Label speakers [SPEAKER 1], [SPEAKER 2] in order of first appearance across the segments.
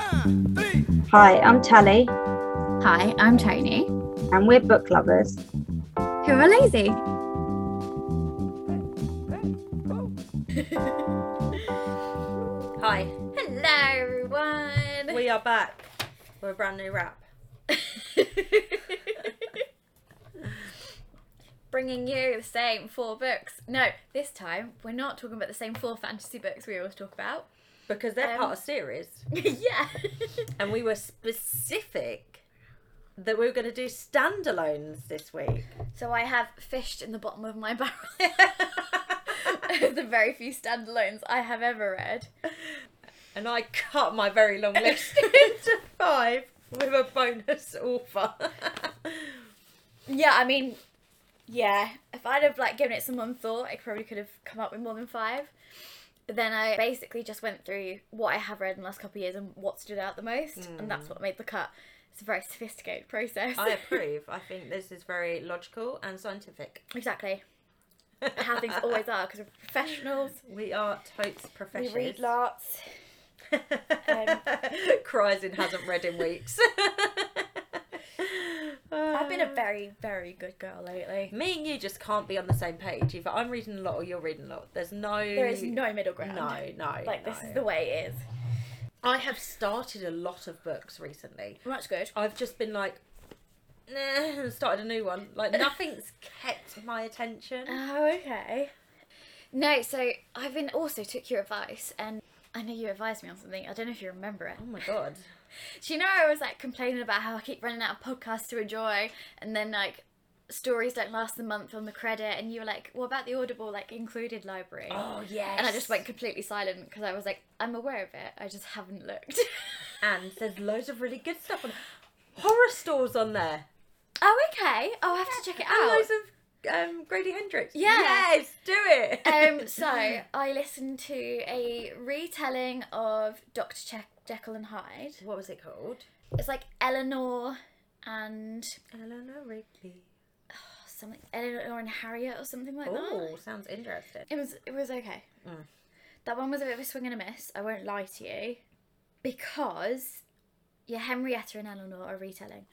[SPEAKER 1] Hi, I'm Tally,
[SPEAKER 2] Hi, I'm Tony.
[SPEAKER 1] and we're book lovers.
[SPEAKER 2] Who are lazy?
[SPEAKER 3] Hi,
[SPEAKER 2] Hello, everyone.
[SPEAKER 3] we are back with a brand new rap.
[SPEAKER 2] Bringing you the same four books. No, this time we're not talking about the same four fantasy books we always talk about.
[SPEAKER 3] Because they're
[SPEAKER 2] Um,
[SPEAKER 3] part of series.
[SPEAKER 2] yeah.
[SPEAKER 3] And we were specific that we were going to do standalones this week.
[SPEAKER 2] So I have fished in the bottom of my barrel. the very few standalones I have ever read.
[SPEAKER 3] And I cut my very long list into five with a bonus author.
[SPEAKER 2] Yeah, I mean, yeah. If I'd have like given it some one thought, I probably could have come up with more than five. But then I basically just went through what I have read in the last couple of years and what stood out the most, and that's what made the cut. It's a very sophisticated process.
[SPEAKER 3] Mm. I approve. I think this is very logical and scientific.
[SPEAKER 2] exactly how things always are because we're professionals.
[SPEAKER 3] We are totes
[SPEAKER 2] We
[SPEAKER 3] professionals.
[SPEAKER 2] read lots.
[SPEAKER 3] um, Cries in hasn't read in weeks.
[SPEAKER 2] I've been a very, very good girl lately.
[SPEAKER 3] Me and you just can't be on the same page. Either I'm reading a lot or you're reading a lot. There's no.
[SPEAKER 2] There is no middle ground.
[SPEAKER 3] No, no.
[SPEAKER 2] Like this
[SPEAKER 3] no.
[SPEAKER 2] is the way it is.
[SPEAKER 3] I have started a lot of books recently.
[SPEAKER 2] Much good.
[SPEAKER 3] I've just been like, nah, and started a new one. Like nothing's kept my attention.
[SPEAKER 2] Oh, okay. No, so I've been also took your advice, and I know you advised me on something. I don't know if you remember it.
[SPEAKER 3] Oh my god.
[SPEAKER 2] Do you know I was like complaining about how I keep running out of podcasts to enjoy, and then like stories don't last the month on the credit, and you were like, "What about the Audible like included library?"
[SPEAKER 3] Oh yes.
[SPEAKER 2] And I just went completely silent because I was like, "I'm aware of it. I just haven't looked."
[SPEAKER 3] And there's loads of really good stuff on. Horror stores on there.
[SPEAKER 2] oh, okay. I'll have to check it
[SPEAKER 3] And
[SPEAKER 2] out.
[SPEAKER 3] loads of um, Grady Hendrix.
[SPEAKER 2] Yeah.
[SPEAKER 3] Yes, do it.
[SPEAKER 2] um, so I listened to a retelling of Doctor Che- Jekyll and Hyde.
[SPEAKER 3] what was it called?
[SPEAKER 2] It's like Eleanor and oh,
[SPEAKER 3] Eleanor Rigby.
[SPEAKER 2] something Eleanor and Harriet or something like
[SPEAKER 3] Oh,
[SPEAKER 2] that.
[SPEAKER 3] sounds interesting.
[SPEAKER 2] It was it was okay. That one was a bit of a swing and a miss. I won't lie to you, because yeah, Henrietta and Eleanor are retelling.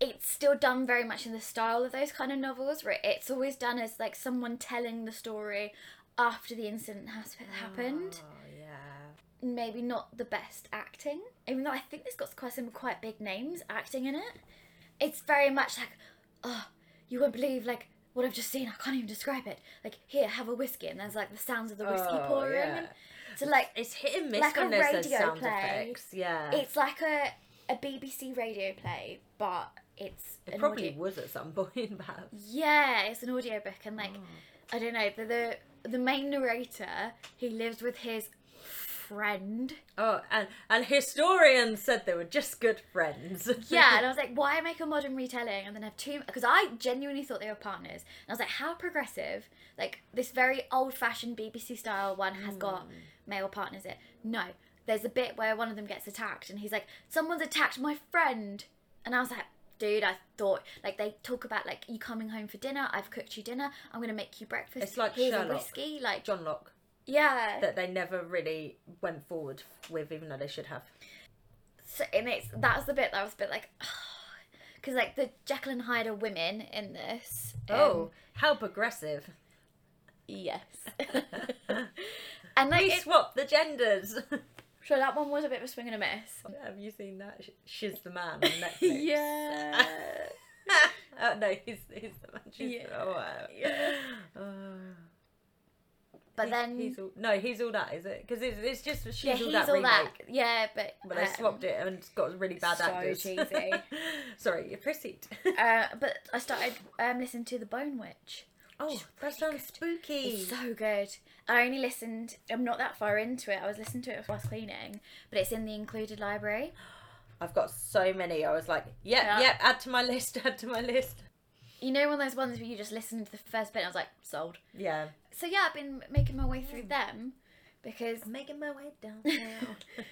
[SPEAKER 2] It's still done very much in the style of those kind of novels, where it's always done as like someone telling the story after the incident has happened.
[SPEAKER 3] Oh yeah.
[SPEAKER 2] Maybe not the best acting, even though I think this got quite some quite big names acting in it. It's very much like, oh, you won't believe like what I've just seen. I can't even describe it. Like here, have a whiskey, and there's like the sounds of the whiskey
[SPEAKER 3] Oh,
[SPEAKER 2] pouring.
[SPEAKER 3] yeah.
[SPEAKER 2] And so like
[SPEAKER 3] It's hit and miss
[SPEAKER 2] Like
[SPEAKER 3] when
[SPEAKER 2] a
[SPEAKER 3] there's those
[SPEAKER 2] radio
[SPEAKER 3] sound
[SPEAKER 2] play.
[SPEAKER 3] effects. Yeah.
[SPEAKER 2] it's like a a BBC radio play, but it's
[SPEAKER 3] it
[SPEAKER 2] an
[SPEAKER 3] probably
[SPEAKER 2] audio-
[SPEAKER 3] was at some point, perhaps.
[SPEAKER 2] yeah, it's an audiobook, and like
[SPEAKER 3] Mm.
[SPEAKER 2] I don't know the, the the main narrator he lives with his friend.
[SPEAKER 3] Oh, and, and historians said they were just good friends.
[SPEAKER 2] Yeah, and I was like, why make a modern retelling and then have two? Because I genuinely thought they were partners, and I was like, how progressive! Like this very old-fashioned BBC style one has got
[SPEAKER 3] Hmm.
[SPEAKER 2] male partners. It no, there's a bit where one of them gets attacked, and he's like, someone's attacked my friend, and I was like. Dude, I thought like they talk about like you coming home for dinner. I've cooked you dinner. I'm gonna make you breakfast.
[SPEAKER 3] It's like
[SPEAKER 2] Here's a
[SPEAKER 3] Sherlock.
[SPEAKER 2] whiskey. Like
[SPEAKER 3] John Locke,
[SPEAKER 2] yeah,
[SPEAKER 3] that they never really went forward with, even though they should have.
[SPEAKER 2] so, and it's that was the bit that I was a bit like, because like the Jekyll and Hyde are women in this. um,
[SPEAKER 3] Oh, how progressive.
[SPEAKER 2] Yes. and like,
[SPEAKER 3] They
[SPEAKER 2] it,
[SPEAKER 3] swapped the genders.
[SPEAKER 2] so that one was a bit of a swing and a miss.
[SPEAKER 3] have you seen that? Sh- She's the man on Netflix.
[SPEAKER 2] Yeah.
[SPEAKER 3] oh, no, he's, he's the man. She's
[SPEAKER 2] Yeah.
[SPEAKER 3] the, oh, wow.
[SPEAKER 2] Yeah.
[SPEAKER 3] Oh.
[SPEAKER 2] But
[SPEAKER 3] He-
[SPEAKER 2] then,
[SPEAKER 3] he's all, no, he's all that, is it? Because it's, it's just she's
[SPEAKER 2] yeah,
[SPEAKER 3] all
[SPEAKER 2] he's
[SPEAKER 3] that
[SPEAKER 2] all
[SPEAKER 3] remake.
[SPEAKER 2] that. Yeah, but.
[SPEAKER 3] But they
[SPEAKER 2] um,
[SPEAKER 3] swapped it and it's got really bad
[SPEAKER 2] so
[SPEAKER 3] actors.
[SPEAKER 2] cheesy.
[SPEAKER 3] Sorry, you proceed.
[SPEAKER 2] Uh, but I started um, listening to The Bone Witch.
[SPEAKER 3] oh, that sounds spooky.
[SPEAKER 2] It's so good. I only listened, I'm not that far into it. I was listening to it whilst cleaning, but it's in the included library.
[SPEAKER 3] I've got so many. I was like, yep,
[SPEAKER 2] Yeah.
[SPEAKER 3] yep, add to my list, add to my list.
[SPEAKER 2] You know, one of those ones where you just listen to the first bit and I was like, sold.
[SPEAKER 3] Yeah.
[SPEAKER 2] So yeah, I've been making my way through them because
[SPEAKER 3] Making my way down now.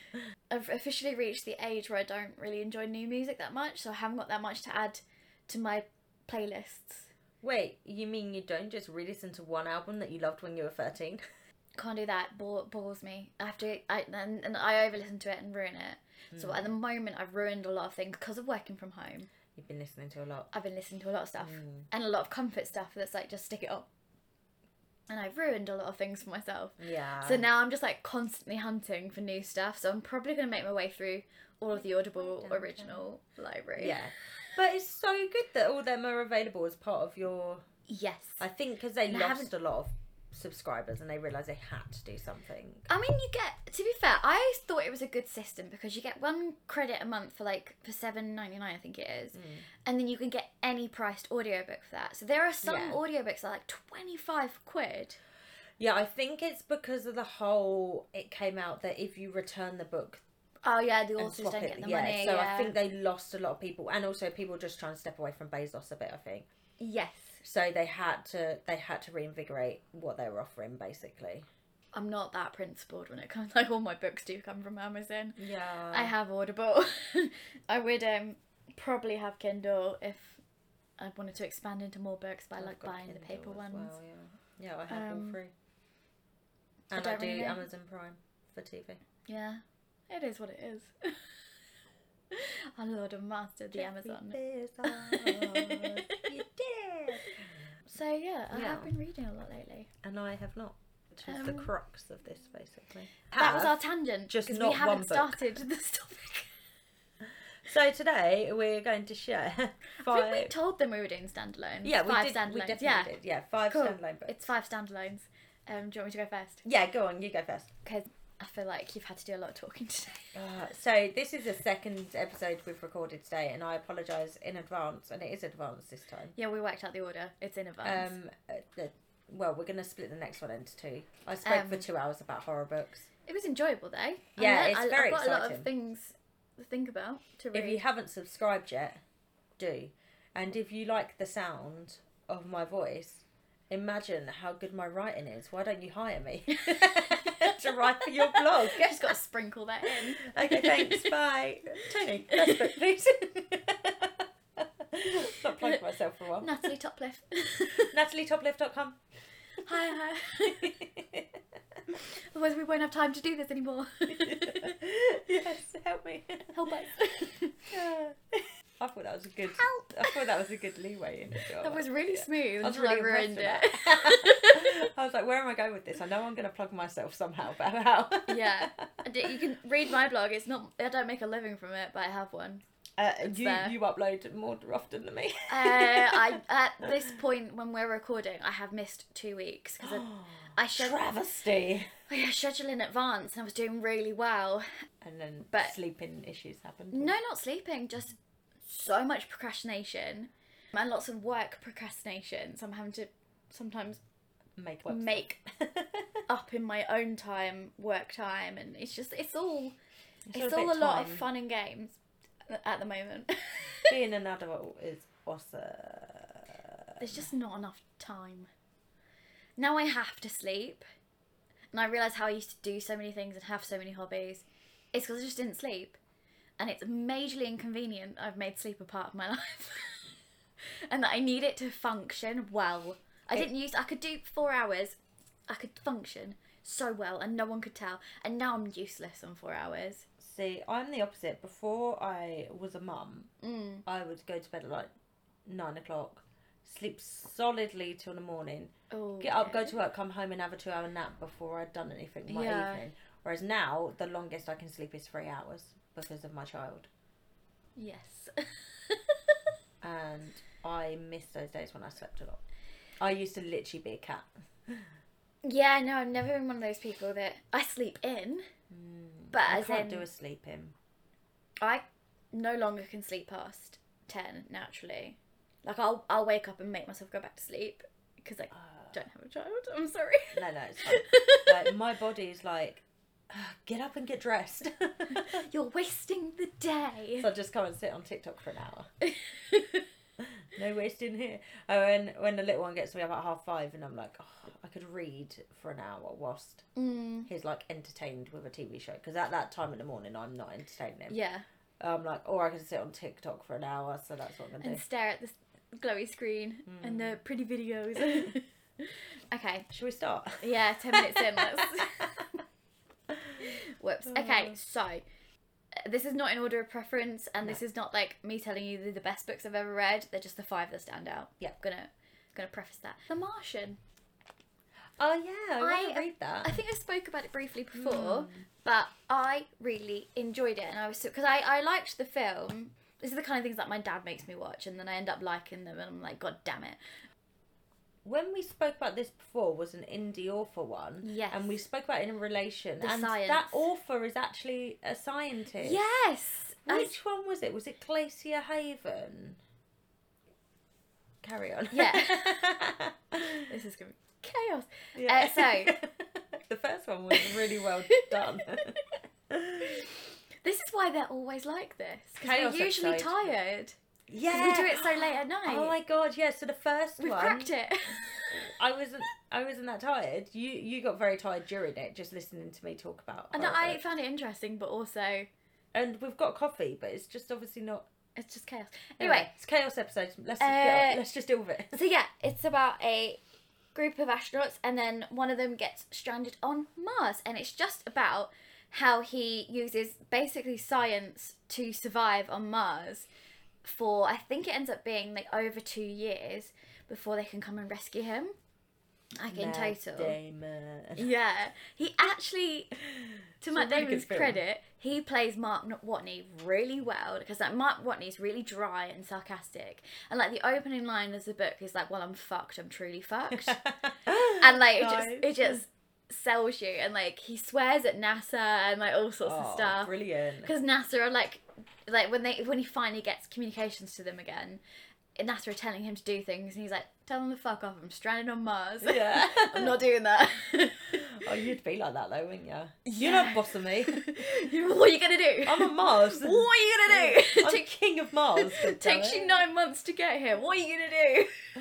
[SPEAKER 2] I've officially reached the age where I don't really enjoy new music that much, so I haven't got that much to add to my playlists.
[SPEAKER 3] Wait, you mean you don't just re listen to one album that you loved when you were 13?
[SPEAKER 2] Can't do that. Bore, bores me. I have to. I and, and I over listen to it and ruin it. So at the moment, I've ruined a lot of things because of working from home.
[SPEAKER 3] You've been listening to a lot.
[SPEAKER 2] I've been listening to a lot of stuff and a lot of comfort stuff that's like just stick it up. And I've ruined a lot of things for myself.
[SPEAKER 3] Yeah.
[SPEAKER 2] So now I'm just like constantly hunting for new stuff. So I'm probably going to make my way through all of the Audible
[SPEAKER 3] down,
[SPEAKER 2] original library.
[SPEAKER 3] yeah. But it's so good that all them are available as part of your.
[SPEAKER 2] Yes.
[SPEAKER 3] I think because they
[SPEAKER 2] And I
[SPEAKER 3] lost a lot of subscribers and they realised they had to do something.
[SPEAKER 2] I mean, you get to be fair. I always thought it was a good system because you get one credit a month for like for seven ninety nine, I think it is,
[SPEAKER 3] Mm.
[SPEAKER 2] and then you can get any priced audiobook for that. So there are some
[SPEAKER 3] Yeah.
[SPEAKER 2] audiobooks that are like twenty five quid.
[SPEAKER 3] Yeah, I think it's because of the whole. It came out that if you return the book,
[SPEAKER 2] Oh yeah, the
[SPEAKER 3] and
[SPEAKER 2] authors
[SPEAKER 3] swap
[SPEAKER 2] don't
[SPEAKER 3] it-
[SPEAKER 2] get the
[SPEAKER 3] yeah.
[SPEAKER 2] money.
[SPEAKER 3] So
[SPEAKER 2] yeah.
[SPEAKER 3] I think they lost a lot of people, and also people just trying to step away from Bezos a bit. I think
[SPEAKER 2] yes,
[SPEAKER 3] so. They had to. They had to reinvigorate what they were offering, basically.
[SPEAKER 2] I'm not that principled when it comes. Like all my books do come from Amazon.
[SPEAKER 3] Yeah.
[SPEAKER 2] I have Audible. I would um probably have Kindle if I wanted to expand into more books,
[SPEAKER 3] Oh,
[SPEAKER 2] but I like buying the paper ones.
[SPEAKER 3] yeah. yeah, I have all
[SPEAKER 2] Um,
[SPEAKER 3] three.
[SPEAKER 2] I
[SPEAKER 3] And I,
[SPEAKER 2] don't
[SPEAKER 3] do
[SPEAKER 2] really know.
[SPEAKER 3] Amazon Prime for TV.
[SPEAKER 2] Yeah, it is what it is. Our Lord and Master, the Amazon.
[SPEAKER 3] Bezos, you did.
[SPEAKER 2] So yeah, I
[SPEAKER 3] Yeah.
[SPEAKER 2] have been reading a lot lately.
[SPEAKER 3] And I have not. Which is the
[SPEAKER 2] Um,
[SPEAKER 3] crux of this, basically.
[SPEAKER 2] that was
[SPEAKER 3] Have.
[SPEAKER 2] our tangent.
[SPEAKER 3] just
[SPEAKER 2] 'cause
[SPEAKER 3] not
[SPEAKER 2] we haven't
[SPEAKER 3] one book.
[SPEAKER 2] started this topic.
[SPEAKER 3] So today we're going to share
[SPEAKER 2] I think we
[SPEAKER 3] five.
[SPEAKER 2] told them we were doing standalones.
[SPEAKER 3] Yeah, we
[SPEAKER 2] five
[SPEAKER 3] did.
[SPEAKER 2] standalones.
[SPEAKER 3] We definitely
[SPEAKER 2] yeah,
[SPEAKER 3] did. Yeah, five
[SPEAKER 2] cool.
[SPEAKER 3] standalone books.
[SPEAKER 2] It's five standalones. Um, do you want me to go first?
[SPEAKER 3] Yeah, go on. You go first.
[SPEAKER 2] Because I feel like you've had to do a lot of talking today.
[SPEAKER 3] Uh, so this is the second episode we've recorded today, and I apologise in advance, and it is advanced this time.
[SPEAKER 2] Yeah, we worked out the order. It's in advance.
[SPEAKER 3] Um, uh, the, well, we're going to split the next one into two. I spoke for
[SPEAKER 2] Um,
[SPEAKER 3] two hours about horror books.
[SPEAKER 2] it was enjoyable though. I
[SPEAKER 3] Yeah,
[SPEAKER 2] learnt-
[SPEAKER 3] it's
[SPEAKER 2] I, I've
[SPEAKER 3] very
[SPEAKER 2] got a lot
[SPEAKER 3] exciting.
[SPEAKER 2] of things to think about to read.
[SPEAKER 3] If you haven't subscribed yet, do. And if you like the sound of my voice, imagine how good my writing is. Why don't you hire me to write for your blog?
[SPEAKER 2] just got to sprinkle that in.
[SPEAKER 3] Okay, thanks. Bye. Tony, that's book, please. Stop plugging myself for a while.
[SPEAKER 2] Natalie Topliff.
[SPEAKER 3] NatalieTopLeft.com.
[SPEAKER 2] hi, hi. Otherwise, we won't have time to do this anymore.
[SPEAKER 3] yes, help me.
[SPEAKER 2] Help us.
[SPEAKER 3] I thought that was a good. I thought that was a good leeway in it.
[SPEAKER 2] that was really smooth
[SPEAKER 3] I was
[SPEAKER 2] until
[SPEAKER 3] really
[SPEAKER 2] I ruined
[SPEAKER 3] impressed
[SPEAKER 2] it.
[SPEAKER 3] with that. I was like, where am I going with this? I know I'm going to plug myself somehow, but how?
[SPEAKER 2] yeah, I do- you can read my blog. It's not. I don't make a living from it, but I have one.
[SPEAKER 3] Uh, you
[SPEAKER 2] there.
[SPEAKER 3] you upload more often than me.
[SPEAKER 2] Uh, I at this point when we're recording, I have missed two weeks because I, I scheduled.
[SPEAKER 3] travesty.
[SPEAKER 2] Oh yeah, schedule in advance, and I was doing really well.
[SPEAKER 3] And then
[SPEAKER 2] But-
[SPEAKER 3] sleeping issues happen.
[SPEAKER 2] No, not sleeping, just so much procrastination and lots of work procrastination. So I'm having to sometimes
[SPEAKER 3] Make websites.
[SPEAKER 2] make up in my own time, work time, and it's just, it's all, it's,
[SPEAKER 3] all a
[SPEAKER 2] all a
[SPEAKER 3] bit
[SPEAKER 2] lot of
[SPEAKER 3] time.
[SPEAKER 2] fun and games at the moment.
[SPEAKER 3] Being an adult is awesome.
[SPEAKER 2] There's just not enough time. Now I have to sleep, and I realise how I used to do so many things and have so many hobbies. It's because I just didn't sleep, and it's majorly inconvenient. I've made sleep a part of my life, and that I need it to function well. I didn't use. I could do four hours. I could function so well, and no one could tell. And now I'm useless on four hours.
[SPEAKER 3] See, I'm the opposite. Before I was a mum,
[SPEAKER 2] Mm.
[SPEAKER 3] I would go to bed at like nine o'clock, sleep solidly till the morning,
[SPEAKER 2] Oh,
[SPEAKER 3] get up, go
[SPEAKER 2] yeah.
[SPEAKER 3] to work, come home, and have a two hour nap before I'd done anything my
[SPEAKER 2] Yeah.
[SPEAKER 3] evening. Whereas now, the longest I can sleep is three hours because of my child.
[SPEAKER 2] Yes.
[SPEAKER 3] And I miss those days when I slept a lot. I used to literally be a cat.
[SPEAKER 2] Yeah, no, I've never been one of those people that I sleep in, but
[SPEAKER 3] I
[SPEAKER 2] as
[SPEAKER 3] Mm, can't
[SPEAKER 2] in
[SPEAKER 3] do a sleep in.
[SPEAKER 2] I no longer can sleep past ten naturally. Like I'll I'll wake up and make myself go back to sleep because I
[SPEAKER 3] Ah.
[SPEAKER 2] don't have a child. I'm sorry.
[SPEAKER 3] No, no, it's fine. like, my body is like, "Ah, get up and get dressed. so
[SPEAKER 2] You're wasting the day.
[SPEAKER 3] I just come and sit on TikTok for an hour. No wasting here. Oh, and when the little one gets to me about half five, and I'm like, oh, I could read for an hour whilst
[SPEAKER 2] mm,
[SPEAKER 3] he's like entertained with a TV show. Because at that time in the morning, I'm not entertaining him.
[SPEAKER 2] yeah,
[SPEAKER 3] I'm like, or I can sit on TikTok for an hour. So that's what I'm gonna
[SPEAKER 2] and
[SPEAKER 3] do.
[SPEAKER 2] stare at the glowy screen and
[SPEAKER 3] Mm.
[SPEAKER 2] the pretty videos. okay.
[SPEAKER 3] Shall we start? Oh,
[SPEAKER 2] Yeah, 10 minutes in. Let's... Whoops. Okay, so uh, this is not in order of preference, and this is not like me telling you they're the best books I've ever read. They're just the five that stand out.
[SPEAKER 3] Yeah.
[SPEAKER 2] gonna gonna preface that. The Martian.
[SPEAKER 3] oh yeah, I want
[SPEAKER 2] I-
[SPEAKER 3] to read that.
[SPEAKER 2] I think I spoke about it briefly before, but I really enjoyed it, and I was because I I liked the film. This is the kind of things that my dad makes me watch, and then I end up liking them, and I'm like, God damn it!
[SPEAKER 3] when we spoke about this before was an indie author one.
[SPEAKER 2] Yes.
[SPEAKER 3] And we spoke about it in relation.
[SPEAKER 2] The
[SPEAKER 3] and that
[SPEAKER 2] science.
[SPEAKER 3] author is actually a scientist.
[SPEAKER 2] Yes, I-
[SPEAKER 3] Which one was it? Was it Glacier Haven? Carry on.
[SPEAKER 2] Yeah. this is gonna be chaos.
[SPEAKER 3] Yeah.
[SPEAKER 2] Uh,
[SPEAKER 3] the first one was really well done.
[SPEAKER 2] This is why they're always like this. Because
[SPEAKER 3] Chaos
[SPEAKER 2] we're usually
[SPEAKER 3] episode.
[SPEAKER 2] tired. 'Cause
[SPEAKER 3] yeah.
[SPEAKER 2] We do it so late at night.
[SPEAKER 3] Oh my god, yeah. So the first
[SPEAKER 2] We've
[SPEAKER 3] one,
[SPEAKER 2] cracked it.
[SPEAKER 3] I wasn't, I wasn't that tired. You, you got very tired during it, just listening to me talk about.
[SPEAKER 2] and I
[SPEAKER 3] horror.
[SPEAKER 2] found it interesting, but also
[SPEAKER 3] and we've got coffee, but it's just obviously not.
[SPEAKER 2] it's just chaos. Anyway,
[SPEAKER 3] it's chaos episode. Let's just get on-
[SPEAKER 2] Uh,
[SPEAKER 3] let's just deal with it.
[SPEAKER 2] so yeah, it's about a group of astronauts, and then one of them gets stranded on Mars, and it's just about how he uses basically science to survive on Mars for I think it ends up being like over two years before they can come and rescue him, like in
[SPEAKER 3] Matt
[SPEAKER 2] total.
[SPEAKER 3] Damon.
[SPEAKER 2] Yeah, he actually, to Matt
[SPEAKER 3] a really good
[SPEAKER 2] Damon's
[SPEAKER 3] film.
[SPEAKER 2] credit, he plays Mark N- Watney really well because like Mark Watney's really dry and sarcastic, and like the opening line of the book is like, "Well, I'm fucked. I'm truly fucked," and like it
[SPEAKER 3] Nice.
[SPEAKER 2] just it just sells you, and like he swears at NASA and like all sorts of
[SPEAKER 3] Oh,
[SPEAKER 2] stuff
[SPEAKER 3] Brilliant.
[SPEAKER 2] because NASA are like like when they when he finally gets communications to them again. NASA are telling him to do things, and he's like, "Tell them to fuck off. I'm stranded on Mars.
[SPEAKER 3] Yeah.
[SPEAKER 2] I'm not doing that."
[SPEAKER 3] Oh, you'd be like that though, wouldn't you? You're not boss of me.
[SPEAKER 2] what are you gonna do?
[SPEAKER 3] I'm on Mars.
[SPEAKER 2] What are you gonna do?
[SPEAKER 3] I'm
[SPEAKER 2] Take-
[SPEAKER 3] king of Mars. good
[SPEAKER 2] takes
[SPEAKER 3] damn
[SPEAKER 2] you
[SPEAKER 3] it.
[SPEAKER 2] nine months to get here. What are you gonna do?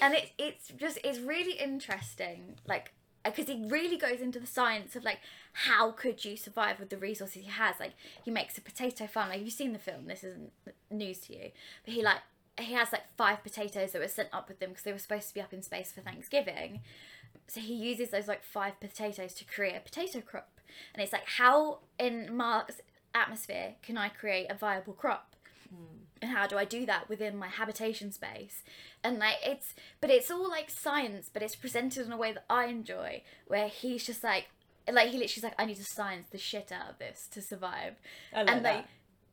[SPEAKER 2] And it's it's just it's really interesting, like because he really goes into the science of like how could you survive with the resources he has. Like he makes a potato farm. Like you've seen the film. This isn't news to you, but he like he has like five potatoes that were sent up with them because they were supposed to be up in space for Thanksgiving. So he uses those like five potatoes to create a potato crop, and it's like how in Mark's atmosphere can I create a viable crop? and how do I do that within my habitation space? And like it's, but it's all like science, but it's presented in a way that I enjoy, where he's just like, like he literally's like, I need to science the shit out of this to survive.
[SPEAKER 3] I like
[SPEAKER 2] and like,
[SPEAKER 3] that.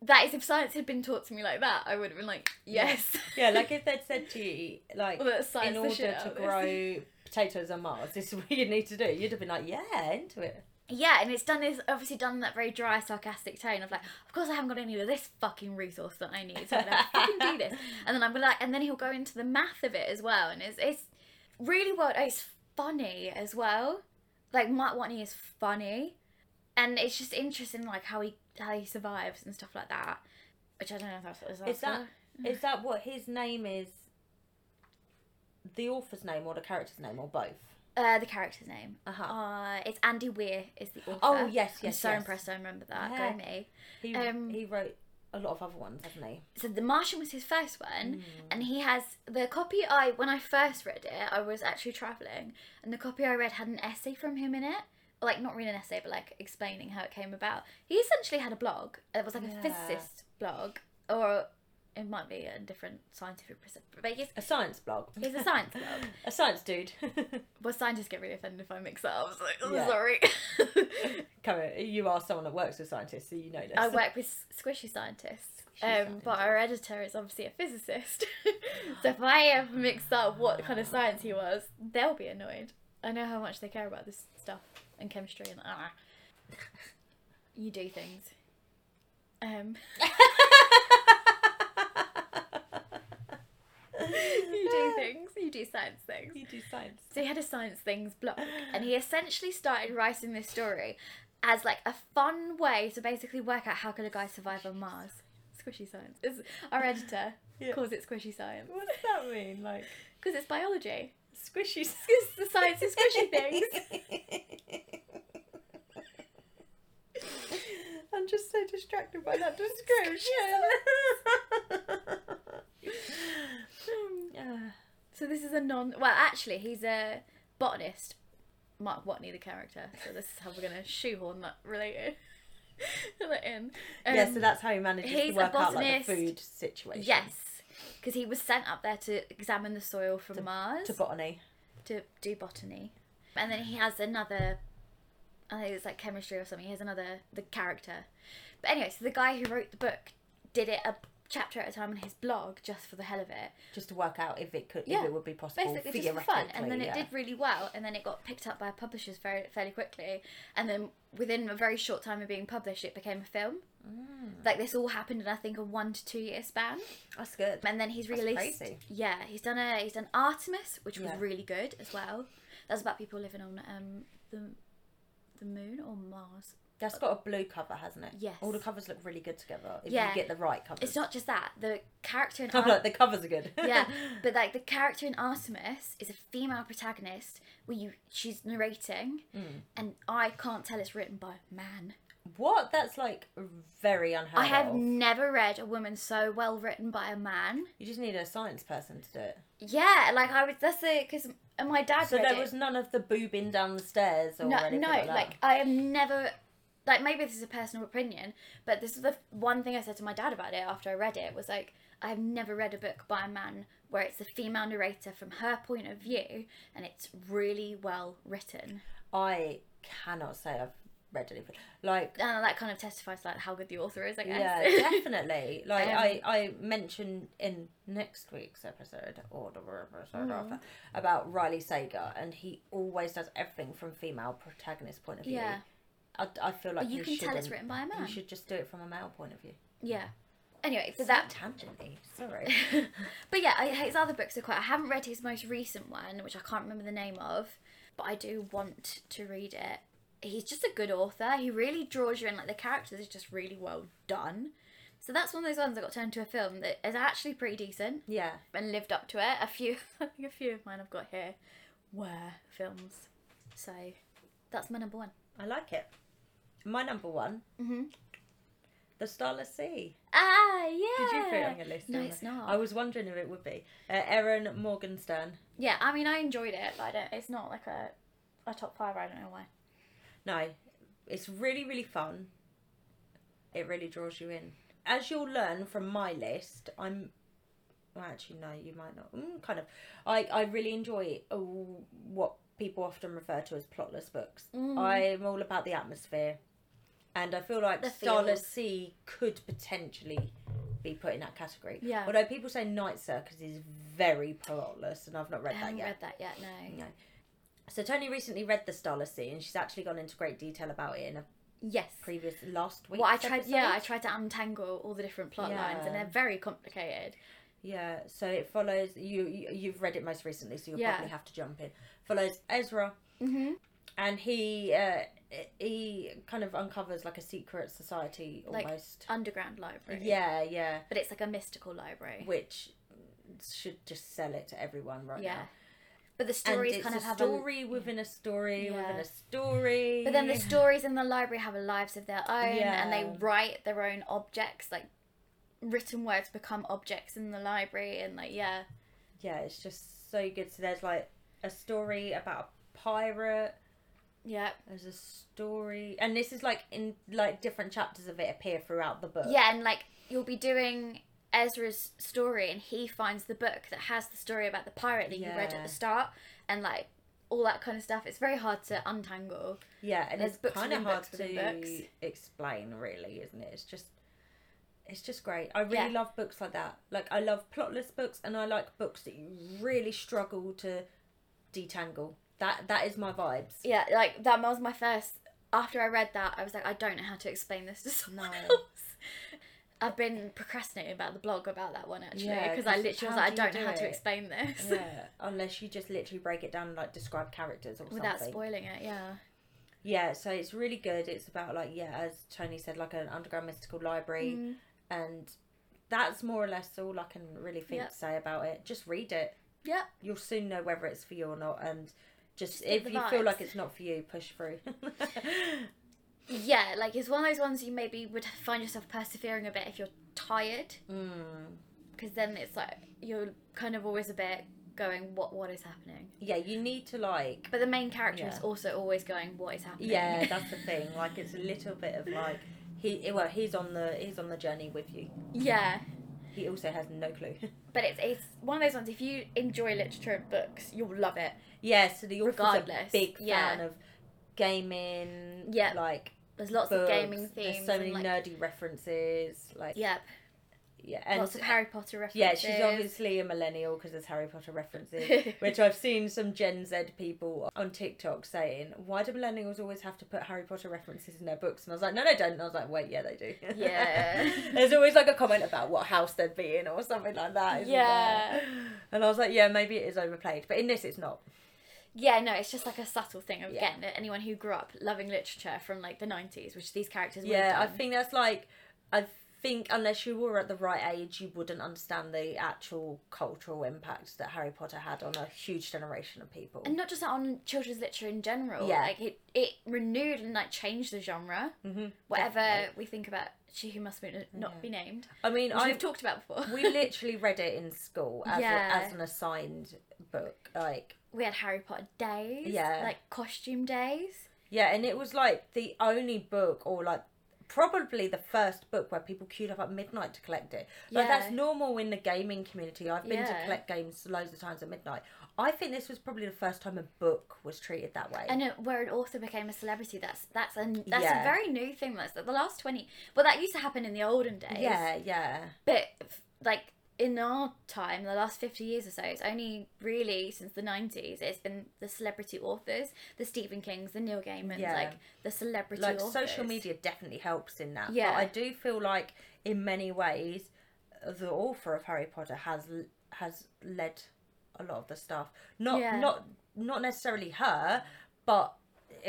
[SPEAKER 2] that is if science had been taught to me like that, I would have been like, yes.
[SPEAKER 3] Yeah, like if they'd said to you, like,
[SPEAKER 2] Well, that's science the
[SPEAKER 3] in order
[SPEAKER 2] shit
[SPEAKER 3] to
[SPEAKER 2] out of this.
[SPEAKER 3] grow potatoes on Mars, this is what you need to do. You'd have been like, yeah, into it.
[SPEAKER 2] Yeah, and it's done is obviously done in that very dry, sarcastic tone of like, of course I haven't got any of this fucking resource that I need, so I'm gonna fucking do this. And then I'm gonna like, and then he'll go into the math of it as well, and it's it's really well, it's funny as well. Like Mark Watney is funny, and it's just interesting like how he how he survives and stuff like that. Which I don't know if that's what it's
[SPEAKER 3] Is that is that what his name is? The author's name or the character's name or both?
[SPEAKER 2] uh, the character's name.
[SPEAKER 3] Uh-huh.
[SPEAKER 2] Uh, it's Andy Weir is the author.
[SPEAKER 3] Oh, yes,
[SPEAKER 2] I'm
[SPEAKER 3] yes,
[SPEAKER 2] so
[SPEAKER 3] yes.
[SPEAKER 2] impressed I remember that.
[SPEAKER 3] Yeah.
[SPEAKER 2] Go me.
[SPEAKER 3] He
[SPEAKER 2] Um,
[SPEAKER 3] he wrote a lot of other ones, hasn't he?
[SPEAKER 2] so the martian was his first one
[SPEAKER 3] Hmm.
[SPEAKER 2] and he has the copy i when i first read it i was actually traveling and the copy i read had an essay from him in it like not really an essay but like explaining how it came about he essentially had a blog it was like
[SPEAKER 3] Yeah.
[SPEAKER 2] a physicist blog or it might be a different scientific pres- but he's,
[SPEAKER 3] A science blog.
[SPEAKER 2] he's a science blog
[SPEAKER 3] a science dude.
[SPEAKER 2] well scientists get really offended if i mix that up so i'm
[SPEAKER 3] Yeah.
[SPEAKER 2] sorry
[SPEAKER 3] Come here, you are someone that works with scientists, so you know this.
[SPEAKER 2] i work with s- squishy scientists
[SPEAKER 3] Squishy
[SPEAKER 2] um, but our editor is obviously a physicist. so if I ever mix up what kind of science he was, they'll be annoyed. I know how much they care about this stuff and chemistry and ah. You do things. Um, you do things. You do science things.
[SPEAKER 3] You do science.
[SPEAKER 2] So he had a science things blog, and he essentially started writing this story as like a fun way to basically work out how could a guy survive on Mars. Squishy science. It's, our editor
[SPEAKER 3] Yeah.
[SPEAKER 2] calls it squishy science
[SPEAKER 3] What does that mean? Like
[SPEAKER 2] because it's biology.
[SPEAKER 3] squishy.
[SPEAKER 2] It's the science of squishy things.
[SPEAKER 3] I'm just so distracted by that description.
[SPEAKER 2] Uh, so this is a non. Well, actually, he's a botanist. Mark Watney, the character. So this is how we're gonna shoehorn that related that in. Um,
[SPEAKER 3] yeah, so that's how he manages to
[SPEAKER 2] he's a
[SPEAKER 3] work out like
[SPEAKER 2] botanist.
[SPEAKER 3] the food situation.
[SPEAKER 2] yes, because he was sent up there to examine the soil from Mars
[SPEAKER 3] To botany.
[SPEAKER 2] to do botany, and then he has another. I think it's like chemistry or something. He has another the character, but anyway, so the guy who wrote the book did it a chapter at a time on his blog just for the hell of it.
[SPEAKER 3] Just to work out if it could
[SPEAKER 2] Yeah,
[SPEAKER 3] if it would be possible.
[SPEAKER 2] basically just for fun and then it
[SPEAKER 3] yeah.
[SPEAKER 2] did really well and then it got picked up by publishers very fairly quickly and then within a very short time of being published it became a film like this all happened in i think a one to two year span
[SPEAKER 3] That's good.
[SPEAKER 2] and then he's
[SPEAKER 3] That's
[SPEAKER 2] released
[SPEAKER 3] crazy.
[SPEAKER 2] yeah he's done a he's done artemis which was
[SPEAKER 3] Yeah.
[SPEAKER 2] really good as well that's about people living on um the the moon or mars
[SPEAKER 3] That's got a blue cover, hasn't it?
[SPEAKER 2] Yes.
[SPEAKER 3] All the covers look really good together if
[SPEAKER 2] Yeah.
[SPEAKER 3] you get the right covers.
[SPEAKER 2] it's not just that the character in
[SPEAKER 3] I'm
[SPEAKER 2] Ar-
[SPEAKER 3] like the covers are good.
[SPEAKER 2] yeah, but like the character in Artemis is a female protagonist where you she's narrating,
[SPEAKER 3] Hmm.
[SPEAKER 2] and I can't tell it's written by a man.
[SPEAKER 3] what? That's like very unheard
[SPEAKER 2] I have
[SPEAKER 3] of.
[SPEAKER 2] never read a woman so well written by a man.
[SPEAKER 3] You just need a science person to do it.
[SPEAKER 2] Yeah, like I was. That's the because my dad
[SPEAKER 3] So
[SPEAKER 2] read
[SPEAKER 3] there
[SPEAKER 2] it.
[SPEAKER 3] was none of the boobing down the stairs or
[SPEAKER 2] no,
[SPEAKER 3] anything
[SPEAKER 2] no,
[SPEAKER 3] like that.
[SPEAKER 2] like I have never. Like maybe this is a personal opinion, but this is the one thing I said to my dad about it after I read it was like I've never read a book by a man where it's a female narrator from her point of view and it's really well written.
[SPEAKER 3] I cannot say I've read anything. Like
[SPEAKER 2] uh, that kind of testifies to, like how good the author is, I guess.
[SPEAKER 3] yeah, definitely. Like
[SPEAKER 2] Um,
[SPEAKER 3] I, I mentioned in next week's episode or the episode
[SPEAKER 2] Hmm.
[SPEAKER 3] after about Riley Sager, and he always does everything from female protagonist point of view.
[SPEAKER 2] Yeah.
[SPEAKER 3] I, I feel like
[SPEAKER 2] But you, can tell it's
[SPEAKER 3] shouldn't-
[SPEAKER 2] written by a
[SPEAKER 3] You
[SPEAKER 2] man.
[SPEAKER 3] should just do it from a male point of view.
[SPEAKER 2] Yeah. Anyway, so
[SPEAKER 3] That
[SPEAKER 2] that.
[SPEAKER 3] tangently, sorry.
[SPEAKER 2] But yeah, I, his other books are quite. I haven't read his most recent one, which I can't remember the name of, but I do want to read it. He's just a good author. He really draws you in. Like the characters are just really well done. So that's one of those ones that got turned to a film that is actually pretty decent.
[SPEAKER 3] yeah,
[SPEAKER 2] and lived up to it. A few, I think a few of mine I've got here were films. So that's my number one.
[SPEAKER 3] I like it. My number one,
[SPEAKER 2] Mm-hmm.
[SPEAKER 3] The Starless Sea.
[SPEAKER 2] Ah, yeah.
[SPEAKER 3] Did you put it on your list?
[SPEAKER 2] No,
[SPEAKER 3] Emma?
[SPEAKER 2] it's not.
[SPEAKER 3] I was wondering if it would be. Uh, Erin Morgenstern.
[SPEAKER 2] Yeah, I mean, I enjoyed it, but I don't. It's not like a a top five. I don't know why.
[SPEAKER 3] No, it's really, really fun. It really draws you in. As you'll learn from my list, I'm. Well, actually, no, you might not. Mm, kind of. I, I really enjoy uh, what people often refer to as plotless books.
[SPEAKER 2] Mm-hmm.
[SPEAKER 3] I'm all about the atmosphere. And I feel like
[SPEAKER 2] The
[SPEAKER 3] Starless
[SPEAKER 2] feels.
[SPEAKER 3] Sea could potentially be put in that category.
[SPEAKER 2] Yeah.
[SPEAKER 3] Although people say Night Circus is very plotless, and I've not
[SPEAKER 2] I
[SPEAKER 3] read that
[SPEAKER 2] haven't
[SPEAKER 3] yet.
[SPEAKER 2] read that yet. No.
[SPEAKER 3] No. So Tony recently read The Starless Sea, and she's actually gone into great detail about it in a
[SPEAKER 2] Yes.
[SPEAKER 3] previous last week.
[SPEAKER 2] Well, I tried. Yeah, I tried to untangle all the different plot lines, and
[SPEAKER 3] Yeah.
[SPEAKER 2] they're very complicated.
[SPEAKER 3] yeah. So it follows you. you you've read it most recently, so you'll
[SPEAKER 2] Yeah.
[SPEAKER 3] probably have to jump in. Follows Ezra,
[SPEAKER 2] Mm-hmm.
[SPEAKER 3] and he uh, he kind of uncovers like a secret society
[SPEAKER 2] Like,
[SPEAKER 3] almost.
[SPEAKER 2] Underground library.
[SPEAKER 3] yeah, yeah.
[SPEAKER 2] But it's like a mystical library.
[SPEAKER 3] Which should just sell it to everyone right
[SPEAKER 2] yeah.
[SPEAKER 3] now.
[SPEAKER 2] But the
[SPEAKER 3] And
[SPEAKER 2] stories
[SPEAKER 3] it's
[SPEAKER 2] kind of
[SPEAKER 3] a
[SPEAKER 2] have a
[SPEAKER 3] story within a story within
[SPEAKER 2] Yeah.
[SPEAKER 3] a story.
[SPEAKER 2] But then the stories in the library have lives of their own, and they
[SPEAKER 3] Yeah.
[SPEAKER 2] write their own objects. Like written words become objects in the library, and like yeah,
[SPEAKER 3] yeah, it's just so good. So there's like a story about a pirate.
[SPEAKER 2] yeah,
[SPEAKER 3] There's a story, and this is like in like different chapters of it appear throughout the book.
[SPEAKER 2] yeah, and like you'll be doing Ezra's story, and he finds the book that has the story about the pirate that you read at
[SPEAKER 3] Yeah.
[SPEAKER 2] the start, and like all that kind of stuff. It's very hard to untangle.
[SPEAKER 3] yeah, and
[SPEAKER 2] There's
[SPEAKER 3] it's
[SPEAKER 2] books
[SPEAKER 3] kind of
[SPEAKER 2] within
[SPEAKER 3] hard
[SPEAKER 2] books
[SPEAKER 3] to
[SPEAKER 2] within books.
[SPEAKER 3] explain, really, isn't it? It's just, it's just great. I really
[SPEAKER 2] Yeah.
[SPEAKER 3] love books like that. Like I love plotless books, and I like books that you really struggle to detangle. That that is my vibes.
[SPEAKER 2] Yeah, like that was my first. After I read that, I was like, I don't know how to explain this to someone
[SPEAKER 3] No.
[SPEAKER 2] else. I've been procrastinating about the blog about that one actually
[SPEAKER 3] Yeah,
[SPEAKER 2] because I
[SPEAKER 3] 'cause
[SPEAKER 2] literally was
[SPEAKER 3] how
[SPEAKER 2] like, I
[SPEAKER 3] do you
[SPEAKER 2] don't know
[SPEAKER 3] do
[SPEAKER 2] how to
[SPEAKER 3] it?
[SPEAKER 2] explain this
[SPEAKER 3] Yeah, unless you just literally break it down and like describe characters or
[SPEAKER 2] without
[SPEAKER 3] something.
[SPEAKER 2] spoiling it. Yeah,
[SPEAKER 3] Yeah, so it's really good. It's about like yeah, as Tony said, like an underground mystical library,
[SPEAKER 2] Mm.
[SPEAKER 3] and that's more or less all I can really think
[SPEAKER 2] Yep.
[SPEAKER 3] to say about it. Just read it.
[SPEAKER 2] Yep.
[SPEAKER 3] You'll soon know whether it's for you or not, and just,
[SPEAKER 2] Just get
[SPEAKER 3] if
[SPEAKER 2] the
[SPEAKER 3] you feel
[SPEAKER 2] vibes.
[SPEAKER 3] like it's not for you, push through.
[SPEAKER 2] yeah. Like it's one of those ones you maybe would find yourself persevering a bit if you're tired.
[SPEAKER 3] mm.
[SPEAKER 2] because then it's like you're kind of always a bit going, what what is happening?
[SPEAKER 3] Yeah, you need to like.
[SPEAKER 2] But the main character is
[SPEAKER 3] Yeah.
[SPEAKER 2] also always going, what is happening?
[SPEAKER 3] Yeah, that's the thing. Like it's a little bit of like he well he's on the he's on the journey with you.
[SPEAKER 2] yeah,
[SPEAKER 3] He also has no clue.
[SPEAKER 2] but it's it's one of those ones. If you enjoy literature and books, you'll love it.
[SPEAKER 3] yeah, so the author's a
[SPEAKER 2] Regardless,
[SPEAKER 3] big fan
[SPEAKER 2] yeah.
[SPEAKER 3] of gaming.
[SPEAKER 2] Yeah,
[SPEAKER 3] like
[SPEAKER 2] There's lots
[SPEAKER 3] books.
[SPEAKER 2] of gaming themes.
[SPEAKER 3] There's so many
[SPEAKER 2] and like,
[SPEAKER 3] nerdy references. Like
[SPEAKER 2] Yep,
[SPEAKER 3] yeah, and uh,
[SPEAKER 2] lots of Harry Potter references.
[SPEAKER 3] yeah, she's obviously a millennial because there's Harry Potter references. Which I've seen some Gen Z people on TikTok saying, why do millennials always have to put Harry Potter references in their books? And I was like, no, they don't. And I was like, wait, yeah, they do.
[SPEAKER 2] Yeah.
[SPEAKER 3] There's always like a comment about what house they'd be in or something like that. isn't
[SPEAKER 2] Yeah.
[SPEAKER 3] there? And I was like, yeah, maybe it is overplayed. But in this, it's not.
[SPEAKER 2] Yeah, no, it's just like a subtle thing of
[SPEAKER 3] Yeah.
[SPEAKER 2] getting it. Anyone who grew up loving literature from like the 90s, which these characters would
[SPEAKER 3] Yeah, I
[SPEAKER 2] have done.
[SPEAKER 3] think that's like, I think unless you were at the right age, you wouldn't understand the actual cultural impact that Harry Potter had on a huge generation of people.
[SPEAKER 2] and not just that, on children's literature in general.
[SPEAKER 3] Yeah.
[SPEAKER 2] Like it, it renewed and like changed the genre.
[SPEAKER 3] Mhm,
[SPEAKER 2] Whatever
[SPEAKER 3] definitely.
[SPEAKER 2] we think about She Who Must Be Not Be Named,
[SPEAKER 3] I mean,
[SPEAKER 2] which
[SPEAKER 3] I've
[SPEAKER 2] we've talked about before.
[SPEAKER 3] we literally read it in school as, a-
[SPEAKER 2] Yeah.
[SPEAKER 3] as an assigned book like
[SPEAKER 2] we had Harry Potter days.
[SPEAKER 3] Yeah.
[SPEAKER 2] Like costume days.
[SPEAKER 3] yeah and it was like the only book or like probably the first book where people queued up at midnight to collect it like
[SPEAKER 2] Yeah.
[SPEAKER 3] that's normal in the gaming community i've been to
[SPEAKER 2] Yeah.
[SPEAKER 3] collect games loads of times at midnight i think this was probably the first time a book was treated that way
[SPEAKER 2] And uh, where an author became a celebrity, that's that's a that's
[SPEAKER 3] Yeah.
[SPEAKER 2] a very new thing. That's the last twenty. Well, that used to happen in the olden days.
[SPEAKER 3] yeah yeah
[SPEAKER 2] but f- like in our time the last 50 years or so it's only really since the 90s it's been the celebrity authors the stephen kings the neil gaimans
[SPEAKER 3] Yeah.
[SPEAKER 2] like the celebrity
[SPEAKER 3] like
[SPEAKER 2] authors.
[SPEAKER 3] social media definitely helps in that
[SPEAKER 2] Yeah.
[SPEAKER 3] but i do feel like in many ways the author of harry potter has l- has led a lot of the stuff not
[SPEAKER 2] Yeah.
[SPEAKER 3] not not necessarily her but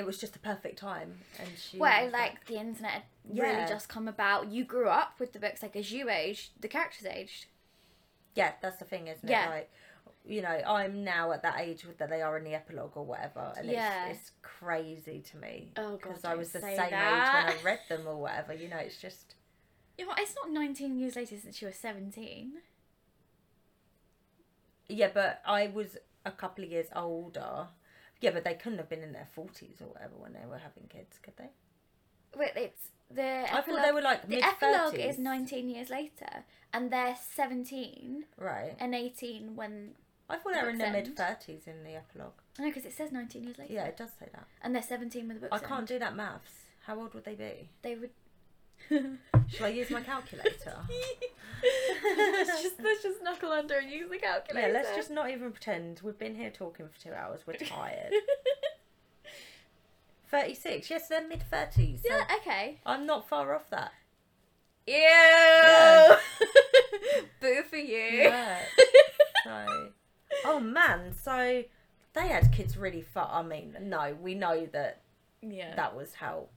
[SPEAKER 3] it was just the perfect time and she
[SPEAKER 2] where like the internet had
[SPEAKER 3] Yeah.
[SPEAKER 2] really just come about you grew up with the books like as you aged the characters aged
[SPEAKER 3] yeah that's the thing isn't
[SPEAKER 2] Yeah.
[SPEAKER 3] it like you know i'm now at that age that they are in the epilogue or whatever and
[SPEAKER 2] Yeah.
[SPEAKER 3] it's, it's crazy to me
[SPEAKER 2] Oh, God,
[SPEAKER 3] i
[SPEAKER 2] don't
[SPEAKER 3] was the
[SPEAKER 2] say
[SPEAKER 3] same age
[SPEAKER 2] that.
[SPEAKER 3] when i read them or whatever you know it's just
[SPEAKER 2] you know, what, it's not 19 years later since you were 17
[SPEAKER 3] Yeah, but I was a couple of years older. Yeah, but they couldn't have been in their forties or whatever when they were having kids, could they?
[SPEAKER 2] wait it's the
[SPEAKER 3] I
[SPEAKER 2] epilogue,
[SPEAKER 3] thought they were like
[SPEAKER 2] the
[SPEAKER 3] mid
[SPEAKER 2] epilogue
[SPEAKER 3] thirties.
[SPEAKER 2] is 19 years later and they're 17
[SPEAKER 3] Right.
[SPEAKER 2] and 18 when
[SPEAKER 3] I thought they were in their
[SPEAKER 2] Book's
[SPEAKER 3] mid thirties in the epilogue.
[SPEAKER 2] no because it says 19 years later
[SPEAKER 3] Yeah, it does say that.
[SPEAKER 2] and they're 17 with the
[SPEAKER 3] I
[SPEAKER 2] books in.
[SPEAKER 3] can't do that maths. How old would they be?
[SPEAKER 2] they would.
[SPEAKER 3] Shall I use my calculator?
[SPEAKER 2] let's just let's just knuckle under and use the
[SPEAKER 3] yeah,
[SPEAKER 2] calculator.
[SPEAKER 3] let's just not even pretend. We've been here talking for two hours. We're tired. Thirty six. Yes, they're mid thirties. So
[SPEAKER 2] yeah. Okay.
[SPEAKER 3] I'm not far off that.
[SPEAKER 2] Ew. Boo for you.
[SPEAKER 3] Yeah. So, oh man, so they had kids really far. I mean, no, we know that
[SPEAKER 2] yeah.
[SPEAKER 3] that was how.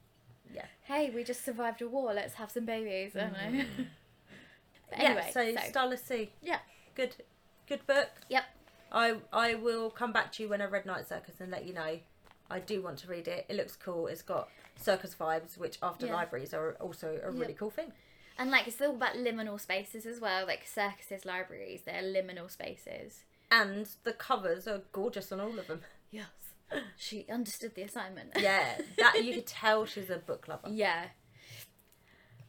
[SPEAKER 2] Hey, we just survived a war. Let's have some babies. I don't know. But
[SPEAKER 3] yeah, so, Starless Sea.
[SPEAKER 2] Yeah.
[SPEAKER 3] Good, good book.
[SPEAKER 2] Yep.
[SPEAKER 3] I I will come back to you when I read Night Circus and let you know. I do want to read it. It looks cool. It's got circus vibes, which after
[SPEAKER 2] Yeah.
[SPEAKER 3] libraries are also a really
[SPEAKER 2] Yep.
[SPEAKER 3] cool thing.
[SPEAKER 2] and like it's all about liminal spaces as well, like circuses, libraries. They're liminal spaces.
[SPEAKER 3] And the covers are gorgeous on all of them.
[SPEAKER 2] Yes. She understood the assignment.
[SPEAKER 3] Yeah, that you could tell she's a book lover.
[SPEAKER 2] Yeah.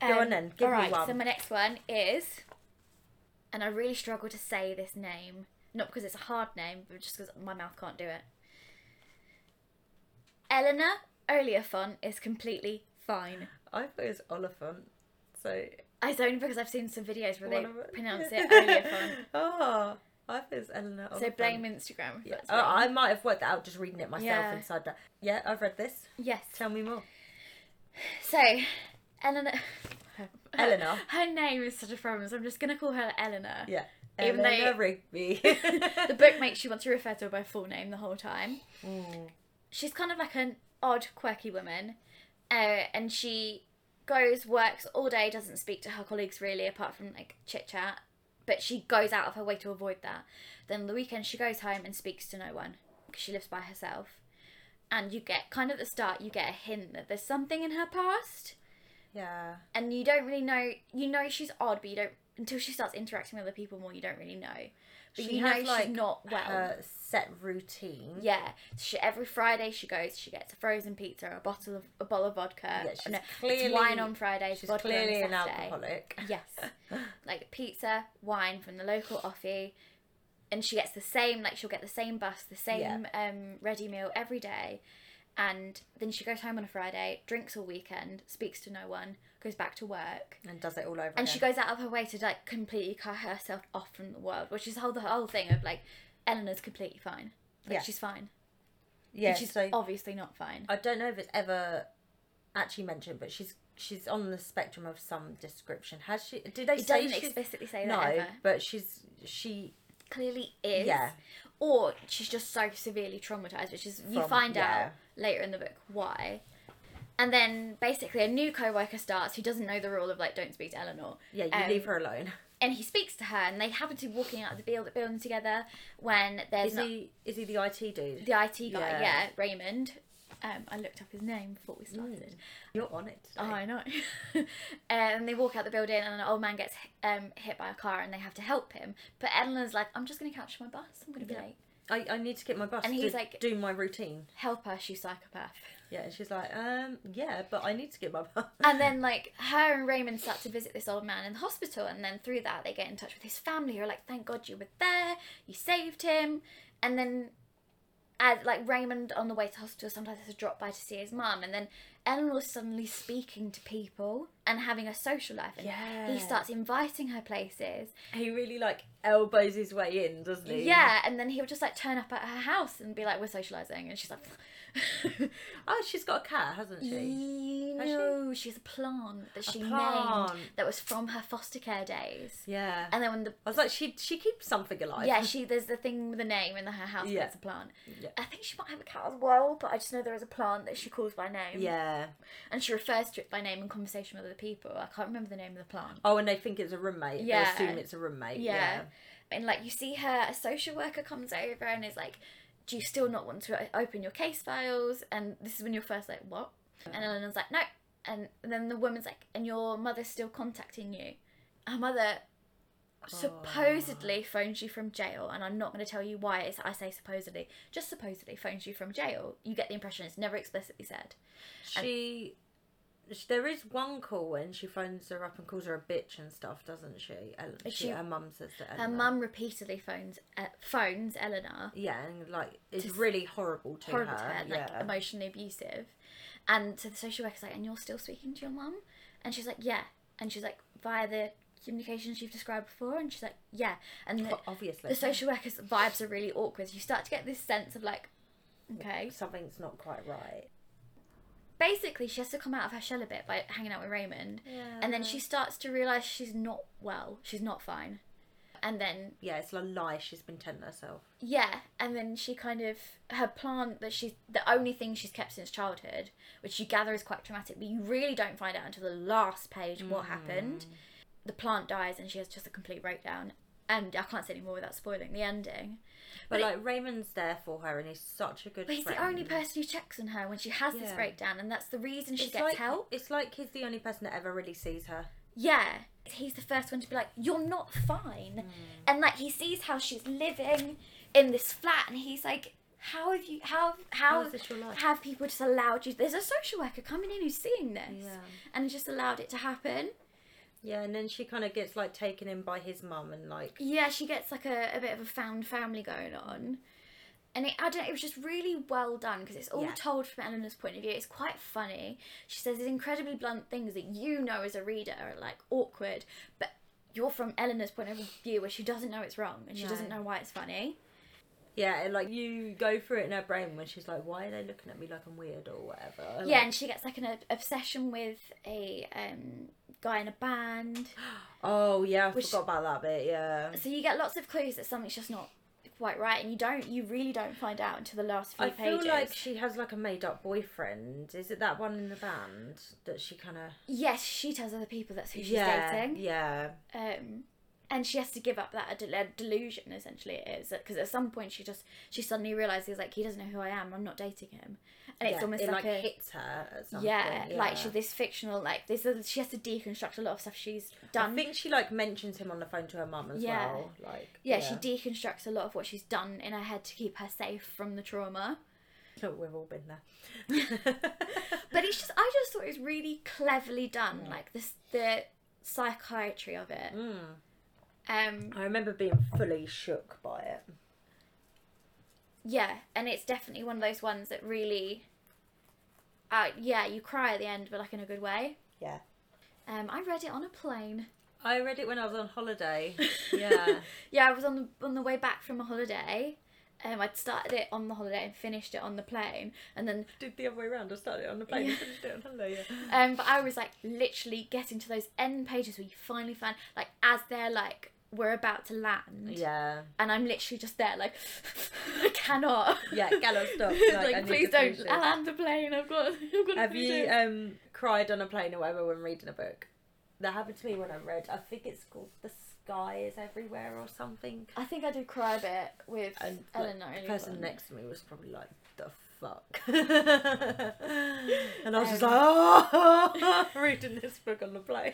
[SPEAKER 3] Go on then, give me
[SPEAKER 2] alright,
[SPEAKER 3] one.
[SPEAKER 2] So my next one is, and I really struggle to say this name, not because it's a hard name, but just because my mouth can't do it. Eleanor Oliphant is completely fine.
[SPEAKER 3] I thought it was Oliphant, so
[SPEAKER 2] It's only because I've seen some videos where they
[SPEAKER 3] One of-
[SPEAKER 2] pronounce it Oliphant.
[SPEAKER 3] oh, I think it's Eleanor.
[SPEAKER 2] So
[SPEAKER 3] Oliphant.
[SPEAKER 2] blame Instagram. if
[SPEAKER 3] Yeah.
[SPEAKER 2] that's
[SPEAKER 3] Oh,
[SPEAKER 2] wrong.
[SPEAKER 3] I might have worked that out just reading it myself
[SPEAKER 2] Yeah.
[SPEAKER 3] inside that. Yeah, I've read this.
[SPEAKER 2] yes.
[SPEAKER 3] Tell me more.
[SPEAKER 2] So, Eleanor.
[SPEAKER 3] Eleanor.
[SPEAKER 2] Her name is such a problem, so I'm just gonna call her Eleanor.
[SPEAKER 3] Yeah.
[SPEAKER 2] Even though-
[SPEAKER 3] Eleanor Rigby.
[SPEAKER 2] the book makes you want to refer to her by full name the whole time.
[SPEAKER 3] Mm.
[SPEAKER 2] She's kind of like an odd, quirky woman, uh, and she goes, works all day, doesn't speak to her colleagues really, apart from like chit chat. But she goes out of her way to avoid that. Then on the weekend, she goes home and speaks to no one because she lives by herself. And you get kind of at the start, you get a hint that there's something in her past
[SPEAKER 3] Yeah.
[SPEAKER 2] and you don't really know you know she's odd but you don't until she starts interacting with other people more, you don't really know. But
[SPEAKER 3] She
[SPEAKER 2] you know
[SPEAKER 3] has, like,
[SPEAKER 2] she's not well.
[SPEAKER 3] Her set routine.
[SPEAKER 2] Yeah, she, every Friday she goes. She gets a frozen pizza, a bottle of a bottle of vodka.
[SPEAKER 3] Yeah, she's
[SPEAKER 2] no,
[SPEAKER 3] clearly-
[SPEAKER 2] it's wine on Fridays.
[SPEAKER 3] She's
[SPEAKER 2] vodka
[SPEAKER 3] clearly
[SPEAKER 2] on
[SPEAKER 3] an
[SPEAKER 2] Saturday.
[SPEAKER 3] alcoholic.
[SPEAKER 2] Yes, like pizza, wine from the local offie, and she gets the same. Like she'll get the same bus, the same um, ready meal every day, and then she goes home on a Friday, drinks all weekend, speaks to no one, goes back to work.
[SPEAKER 3] And does it all over
[SPEAKER 2] And
[SPEAKER 3] again.
[SPEAKER 2] she goes out of her way to like completely cut herself off from the world, which is the whole the whole thing of like Eleanor's completely fine. Like
[SPEAKER 3] Yeah.
[SPEAKER 2] she's fine.
[SPEAKER 3] yeah,
[SPEAKER 2] she's
[SPEAKER 3] so
[SPEAKER 2] obviously not fine.
[SPEAKER 3] I don't know if it's ever actually mentioned, but she's she's on the spectrum of some description. Has she? Did they
[SPEAKER 2] It
[SPEAKER 3] say
[SPEAKER 2] doesn't
[SPEAKER 3] she's-
[SPEAKER 2] explicitly say
[SPEAKER 3] no?
[SPEAKER 2] that ever.
[SPEAKER 3] But she's she
[SPEAKER 2] Clearly is.
[SPEAKER 3] Yeah.
[SPEAKER 2] Or she's just so severely traumatized, which is you
[SPEAKER 3] From-
[SPEAKER 2] find
[SPEAKER 3] yeah.
[SPEAKER 2] out later in the book why. And then basically a new co-worker starts who doesn't know the rule of like don't speak to Eleanor.
[SPEAKER 3] yeah you
[SPEAKER 2] Um,
[SPEAKER 3] leave her alone.
[SPEAKER 2] And he speaks to her, and they happen to be walking out of the build- building together when there's
[SPEAKER 3] Is
[SPEAKER 2] not-
[SPEAKER 3] he is he the IT dude?
[SPEAKER 2] the IT guy,
[SPEAKER 3] Yeah.
[SPEAKER 2] yeah, Raymond. Um, I looked up his name before we started.
[SPEAKER 3] Mm. You're on it.
[SPEAKER 2] Oh,
[SPEAKER 3] today.
[SPEAKER 2] I know. and they walk out the building, and an old man gets um, hit by a car, and they have to help him. But Eleanor's like, "I'm just gonna catch my bus. I'm gonna be
[SPEAKER 3] Yeah.
[SPEAKER 2] late.
[SPEAKER 3] I, I need to get my bus
[SPEAKER 2] And
[SPEAKER 3] to
[SPEAKER 2] he's like-
[SPEAKER 3] do my routine.
[SPEAKER 2] Help us, you psychopath."
[SPEAKER 3] Yeah, and she's like, um, yeah, but I need to get my bus.
[SPEAKER 2] and then like her and Raymond start to visit this old man in the hospital, and then through that they get in touch with his family, who are like, "Thank God you were there. You saved him." And then, as like Raymond on the way to hospital, sometimes has to drop by to see his mum, and then Eleanor's suddenly speaking to people and having a social life, and
[SPEAKER 3] Yeah.
[SPEAKER 2] he starts inviting her places.
[SPEAKER 3] he really like elbows his way in, doesn't he?
[SPEAKER 2] Yeah, and then he would just like turn up at her house and be like, "We're socializing," and she's like,
[SPEAKER 3] Oh, she's got a cat, hasn't she? Has she?
[SPEAKER 2] "No, she's a plant that she named
[SPEAKER 3] plant.
[SPEAKER 2] that was from her foster care days."
[SPEAKER 3] Yeah.
[SPEAKER 2] And then when the
[SPEAKER 3] I was like, she she keeps something alive.
[SPEAKER 2] yeah, she there's the thing with the name in her house.
[SPEAKER 3] Yeah.
[SPEAKER 2] Yeah, it's a plant.
[SPEAKER 3] Yeah.
[SPEAKER 2] I think she might have a cat as well, but I just know there is a plant that she calls by name.
[SPEAKER 3] Yeah.
[SPEAKER 2] and she refers to it by name in conversation with other people. I can't remember the name of the plant.
[SPEAKER 3] Oh, and they think it's a roommate.
[SPEAKER 2] Yeah.
[SPEAKER 3] They assume it's a roommate.
[SPEAKER 2] Yeah.
[SPEAKER 3] Yeah.
[SPEAKER 2] And like you see her, a social worker comes over and is like, "Do you still not want to o- open your case files?" And this is when you're first like, "What?" And Eleanor's like, "No." And then the woman's like, "And your mother's still contacting you." Her mother supposedly phones you from jail, and I'm not going to tell you why. It's I say supposedly, just supposedly phones you from jail. You get the impression it's never explicitly said.
[SPEAKER 3] She, sh There is one call when she phones her up and calls her a bitch and stuff, doesn't she? El- she,
[SPEAKER 2] She-
[SPEAKER 3] her mum says to Eleanor.
[SPEAKER 2] Her mum repeatedly phones uh, phones Eleanor.
[SPEAKER 3] Yeah, and like it's
[SPEAKER 2] Just
[SPEAKER 3] really horrible to
[SPEAKER 2] horrible
[SPEAKER 3] her.
[SPEAKER 2] to her, like
[SPEAKER 3] yeah.
[SPEAKER 2] emotionally abusive. And so the social worker's like, and you're still speaking to your mum? And she's like, yeah. And she's like, via the communications you've described before? And she's like, yeah. And the,
[SPEAKER 3] But obviously,
[SPEAKER 2] the social worker's vibes are really awkward. You start to get this sense of like, okay.
[SPEAKER 3] something's not quite right.
[SPEAKER 2] Basically, she has to come out of her shell a bit by hanging out with Raymond. And then she starts to realise she's not well. She's not fine. And then
[SPEAKER 3] Yeah, it's a lie she's been telling herself.
[SPEAKER 2] Yeah, and then she kind of her plant that she's the only thing she's kept since childhood, which you gather is quite traumatic, but you really don't find out until the last page what
[SPEAKER 3] Mm.
[SPEAKER 2] happened. The plant dies, and she has just a complete breakdown. And I can't say any more without spoiling the ending. But
[SPEAKER 3] But,
[SPEAKER 2] it-
[SPEAKER 3] like Raymond's there for her, and he's such a good.
[SPEAKER 2] But he's
[SPEAKER 3] friend.
[SPEAKER 2] the only person who checks on her when she has this
[SPEAKER 3] Yeah.
[SPEAKER 2] breakdown, and that's the reason she
[SPEAKER 3] It's
[SPEAKER 2] gets
[SPEAKER 3] like,
[SPEAKER 2] help.
[SPEAKER 3] It's like he's the only person that ever really sees her.
[SPEAKER 2] Yeah, he's the first one to be like, "You're not fine,"
[SPEAKER 3] Mm.
[SPEAKER 2] and like he sees how she's living in this flat, and he's like, "How have you? How how,
[SPEAKER 3] How is this your life?
[SPEAKER 2] have people just allowed you?" There's a social worker coming in who's seeing this,
[SPEAKER 3] Yeah.
[SPEAKER 2] and just allowed it to happen.
[SPEAKER 3] Yeah, and then she kind of gets like taken in by his mum and like
[SPEAKER 2] Yeah, she gets like a, a bit of a found family going on. And it, I don't. It was just really well done because it's all
[SPEAKER 3] Yeah.
[SPEAKER 2] told from Eleanor's point of view. It's quite funny. She says these incredibly blunt things that you know as a reader are like awkward, but you're from Eleanor's point of view where she doesn't know it's wrong and she doesn't
[SPEAKER 3] No.
[SPEAKER 2] know why it's funny.
[SPEAKER 3] yeah, and, like you go through it in her brain when she's like, why are they looking at me like I'm weird or whatever?
[SPEAKER 2] Yeah,
[SPEAKER 3] Like,
[SPEAKER 2] and she gets like an ob- obsession with a um, guy in a band.
[SPEAKER 3] oh yeah, I
[SPEAKER 2] Which-
[SPEAKER 3] forgot about that bit. Yeah.
[SPEAKER 2] So you get lots of clues that something's just not quite right, and you don't. You really don't find out until the last few
[SPEAKER 3] I
[SPEAKER 2] pages.
[SPEAKER 3] feel like she has like a made up boyfriend. Is it that one in the band that she kind of
[SPEAKER 2] Yes, she tells other people that's who she's
[SPEAKER 3] yeah
[SPEAKER 2] dating.
[SPEAKER 3] yeah
[SPEAKER 2] Um, and she has to give up that del- a delusion essentially it is because at some point she just she suddenly realizes like he doesn't know who I am I'm not dating him and it's
[SPEAKER 3] Yeah,
[SPEAKER 2] almost
[SPEAKER 3] it
[SPEAKER 2] like,
[SPEAKER 3] like,
[SPEAKER 2] a
[SPEAKER 3] hits her at some
[SPEAKER 2] yeah,
[SPEAKER 3] point,
[SPEAKER 2] like
[SPEAKER 3] yeah.
[SPEAKER 2] she this fictional like this is, she has to deconstruct a lot of stuff she's
[SPEAKER 3] I
[SPEAKER 2] done
[SPEAKER 3] think she like mentions him on the phone to her mum as
[SPEAKER 2] Yeah.
[SPEAKER 3] well. Like
[SPEAKER 2] yeah, she deconstructs a lot of what she's done in her head to keep her safe from the trauma.
[SPEAKER 3] Look, We've all been there.
[SPEAKER 2] But it's just, I just thought it was really cleverly done, like this the psychiatry of it.
[SPEAKER 3] Mm.
[SPEAKER 2] Um,
[SPEAKER 3] I remember being fully shook by it.
[SPEAKER 2] yeah, and it's definitely one of those ones that really, uh, yeah, you cry at the end, but like in a good way.
[SPEAKER 3] Yeah.
[SPEAKER 2] Um, I read it on a plane.
[SPEAKER 3] I read it when I was on holiday. Yeah.
[SPEAKER 2] yeah, I was on the on the way back from a holiday. Um, I'd started it on the holiday and finished it on the plane, and then
[SPEAKER 3] Did the other way around. I started it on the plane
[SPEAKER 2] Yeah.
[SPEAKER 3] and finished it on holiday. Yeah.
[SPEAKER 2] Um, but I was like literally getting to those end pages where you finally find like as they're like we're about to land,
[SPEAKER 3] Yeah.
[SPEAKER 2] and I'm literally just there like I cannot.
[SPEAKER 3] Yeah, Gallo, stop.
[SPEAKER 2] It's
[SPEAKER 3] Like,
[SPEAKER 2] like,
[SPEAKER 3] I need
[SPEAKER 2] please
[SPEAKER 3] to
[SPEAKER 2] don't
[SPEAKER 3] finish this."
[SPEAKER 2] land the plane. I've got. I've got. to
[SPEAKER 3] Have
[SPEAKER 2] finish
[SPEAKER 3] you
[SPEAKER 2] it."
[SPEAKER 3] um cried on a plane or whatever when reading a book? That happened to me when I read. I think it's called The Sky Is Everywhere or something.
[SPEAKER 2] I think I did cry a bit with
[SPEAKER 3] And like,
[SPEAKER 2] Eleanor.
[SPEAKER 3] the
[SPEAKER 2] earlier
[SPEAKER 3] person
[SPEAKER 2] on.
[SPEAKER 3] next to me was probably like, the fuck. and I was just
[SPEAKER 2] Um,
[SPEAKER 3] like, oh, reading this book on the plane.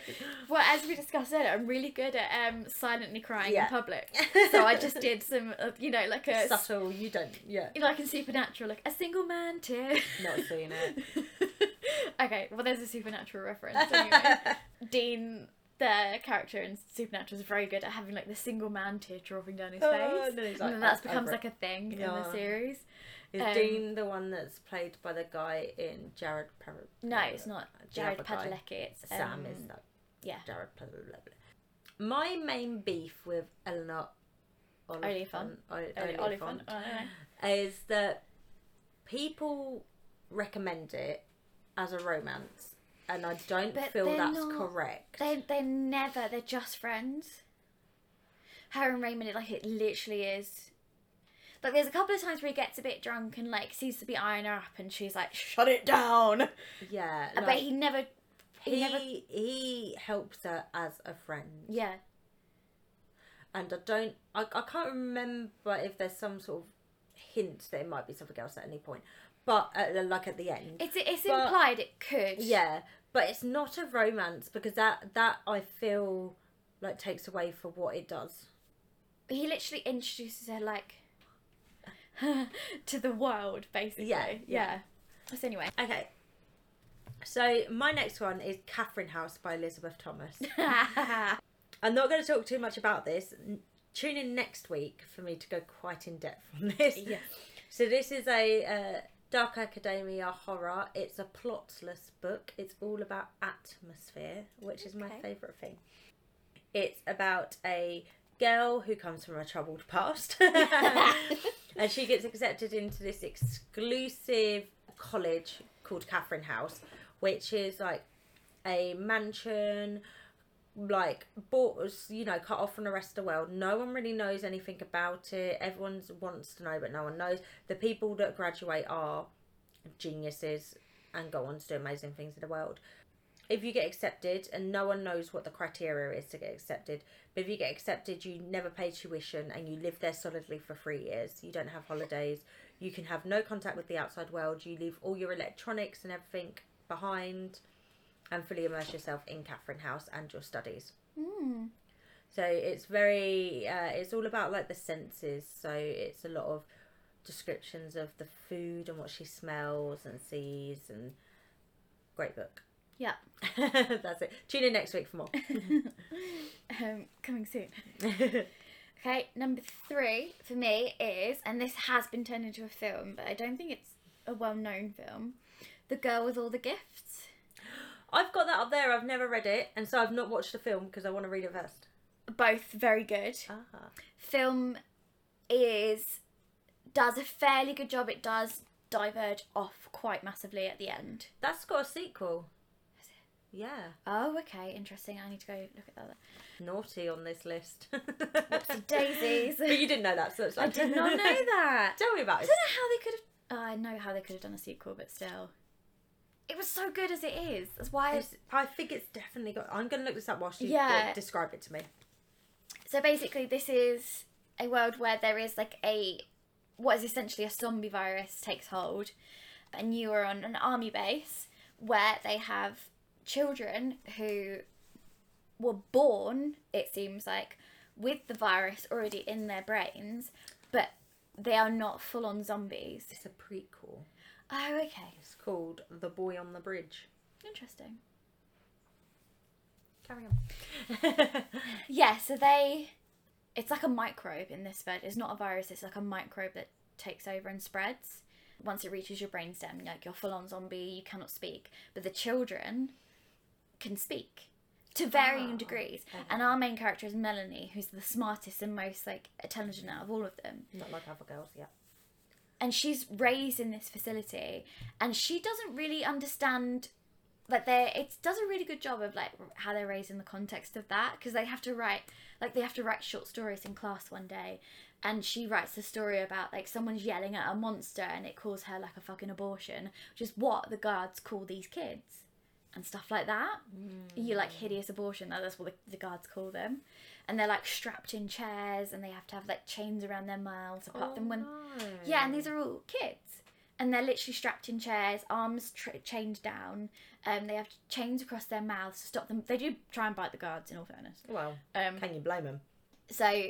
[SPEAKER 2] Well, as we discussed earlier, I'm really good at um silently crying
[SPEAKER 3] Yeah.
[SPEAKER 2] in public, so I just did some, uh, you know, like a.
[SPEAKER 3] Subtle, you don't, yeah.
[SPEAKER 2] you know, like in Supernatural, like a single man tear.
[SPEAKER 3] Not seen it.
[SPEAKER 2] okay, well, there's a Supernatural reference anyway. Dean, the character in Supernatural, is very good at having like the single man tear dropping down his face.
[SPEAKER 3] Oh, no, he's like,
[SPEAKER 2] and then that
[SPEAKER 3] "Oh,
[SPEAKER 2] becomes
[SPEAKER 3] over
[SPEAKER 2] like a thing in
[SPEAKER 3] Yeah.
[SPEAKER 2] the series.
[SPEAKER 3] Is
[SPEAKER 2] Um,
[SPEAKER 3] Dean the one that's played by the guy in Jared Par-
[SPEAKER 2] No, it's not
[SPEAKER 3] the
[SPEAKER 2] Jared
[SPEAKER 3] other guy.
[SPEAKER 2] Padalecki. It's um,
[SPEAKER 3] Sam is that.
[SPEAKER 2] yeah.
[SPEAKER 3] Jared Padalecki. My main beef with Eleanor Oliphant,
[SPEAKER 2] Oliphant.
[SPEAKER 3] Oli-
[SPEAKER 2] Oli- Oliphant.
[SPEAKER 3] Oliphant
[SPEAKER 2] Oh, no.
[SPEAKER 3] is that people recommend it as a romance, and I don't
[SPEAKER 2] But
[SPEAKER 3] feel
[SPEAKER 2] they're
[SPEAKER 3] that's
[SPEAKER 2] not-
[SPEAKER 3] correct.
[SPEAKER 2] They they're never. They're just friends. Her and Raymond, it, like it literally is. Like there's a couple of times where he gets a bit drunk and like seems to be eyeing her up, and she's like, "Shut it down."
[SPEAKER 3] Yeah,
[SPEAKER 2] but
[SPEAKER 3] like,
[SPEAKER 2] he never. He,
[SPEAKER 3] he,
[SPEAKER 2] never.
[SPEAKER 3] he helps her as a friend.
[SPEAKER 2] Yeah.
[SPEAKER 3] and I don't, I, I can't remember if there's some sort of hint that it might be something else at any point, but at, the- like at the end,
[SPEAKER 2] It's it's
[SPEAKER 3] But-
[SPEAKER 2] implied it could.
[SPEAKER 3] yeah. But it's not a romance because that that I feel like takes away for what it does.
[SPEAKER 2] He literally introduces her like to the world, basically.
[SPEAKER 3] Yeah,
[SPEAKER 2] Yeah.
[SPEAKER 3] yeah.
[SPEAKER 2] So anyway,
[SPEAKER 3] Okay. So my next one is Catherine House by Elizabeth Thomas. I'm not going to talk too much about this. N- Tune in next week for me to go quite in depth on this.
[SPEAKER 2] Yeah.
[SPEAKER 3] So this is a uh, dark academia horror. It's a plotless book. It's all about atmosphere, which is my
[SPEAKER 2] Okay.
[SPEAKER 3] favourite thing. It's about a girl who comes from a troubled past, and she gets accepted into this exclusive college called Catherine House, which is like a mansion like bought was you know cut off from the rest of the world no one really knows anything about it everyone wants to know but no one knows the people that graduate are geniuses and go on to do amazing things in the world if you get accepted and no one knows what the criteria is to get accepted but if you get accepted you never pay tuition and you live there solidly for three years you don't have holidays you can have no contact with the outside world you leave all your electronics and everything behind and fully immerse yourself in Catherine House and your studies. So it's very, uh, it's all about like the senses. So it's a lot of descriptions of the food and what she smells and sees and great book.
[SPEAKER 2] yeah.
[SPEAKER 3] That's it. Tune in next week for more.
[SPEAKER 2] Um, coming soon. Okay, number three for me is, and this has been turned into a film, but I don't think it's a well-known film. The girl with all the gifts.
[SPEAKER 3] I've got that up there. I've never read it, and so I've not watched the film because I want to read it first.
[SPEAKER 2] Both very good.
[SPEAKER 3] Ah,
[SPEAKER 2] film is does a fairly good job. It does diverge off quite massively at the end.
[SPEAKER 3] that's got a sequel. Yeah,
[SPEAKER 2] Oh, okay, interesting. I need to go look at that.
[SPEAKER 3] naughty on this list.
[SPEAKER 2] daisies.
[SPEAKER 3] But you didn't know that, so it's
[SPEAKER 2] I
[SPEAKER 3] like,
[SPEAKER 2] did not know that.
[SPEAKER 3] Tell me about
[SPEAKER 2] I
[SPEAKER 3] it.
[SPEAKER 2] don't know how they could have. Oh, I know how they could have done a sequel, but still, it was so good as it is. That's why.
[SPEAKER 3] It's- I think it's definitely got. I'm gonna look this up while she
[SPEAKER 2] Yeah.
[SPEAKER 3] describe it to me.
[SPEAKER 2] So basically, this is a world where there is like a what is essentially a zombie virus takes hold, and you are on an army base where they have children who were born, it seems like, with the virus already in their brains, but they are not full on zombies.
[SPEAKER 3] It's a prequel.
[SPEAKER 2] Oh, okay.
[SPEAKER 3] It's called The Boy on the Bridge.
[SPEAKER 2] Interesting.
[SPEAKER 3] Carry on.
[SPEAKER 2] Yeah, so they. It's like a microbe in this bed. It's not a virus, it's like a microbe that takes over and spreads. Once it reaches your brainstem, like you're full on zombie, you cannot speak. But the children can speak to varying
[SPEAKER 3] Ah,
[SPEAKER 2] degrees. And our main character is Melanie, who's the smartest and most like intelligent out of all of them.
[SPEAKER 3] Not like other girls, yeah.
[SPEAKER 2] and she's raised in this facility and she doesn't really understand like they it does a really good job of like how they're raised in the context of that because they have to write like they have to write short stories in class one day and she writes a story about like someone's yelling at a monster and it calls her like a fucking abortion which is what the guards call these kids and stuff like that you like hideous abortion that- that's what the, the guards call them and they're like strapped in chairs and they have to have like chains around their mouths apart from when yeah, and these are all kids. And they're literally strapped in chairs, arms tra- chained down. Um, they have chains across their mouths to stop them. They do try and bite the guards, in all fairness.
[SPEAKER 3] Well,
[SPEAKER 2] Um,
[SPEAKER 3] can you blame them?
[SPEAKER 2] so,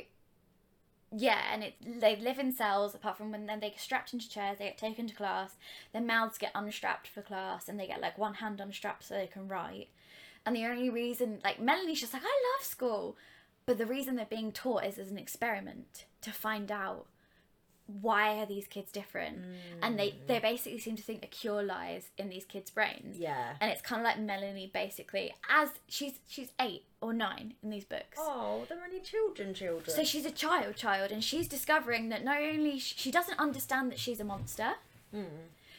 [SPEAKER 2] yeah, and it, they live in cells, apart from when then they get strapped into chairs, they get taken to class, their mouths get unstrapped for class, and they get like one hand unstrapped so they can write. And the only reason, like, Melanie's just like, I love school. But the reason they're being taught is as an experiment to find out why are these kids different and they they basically seem to think a cure lies in these kids brains
[SPEAKER 3] Yeah.
[SPEAKER 2] and it's kind of like melanie basically as she's she's eight or nine in these books
[SPEAKER 3] Oh, they're only children, children.
[SPEAKER 2] so she's a child, child, and she's discovering that not only sh- she doesn't understand that she's a monster,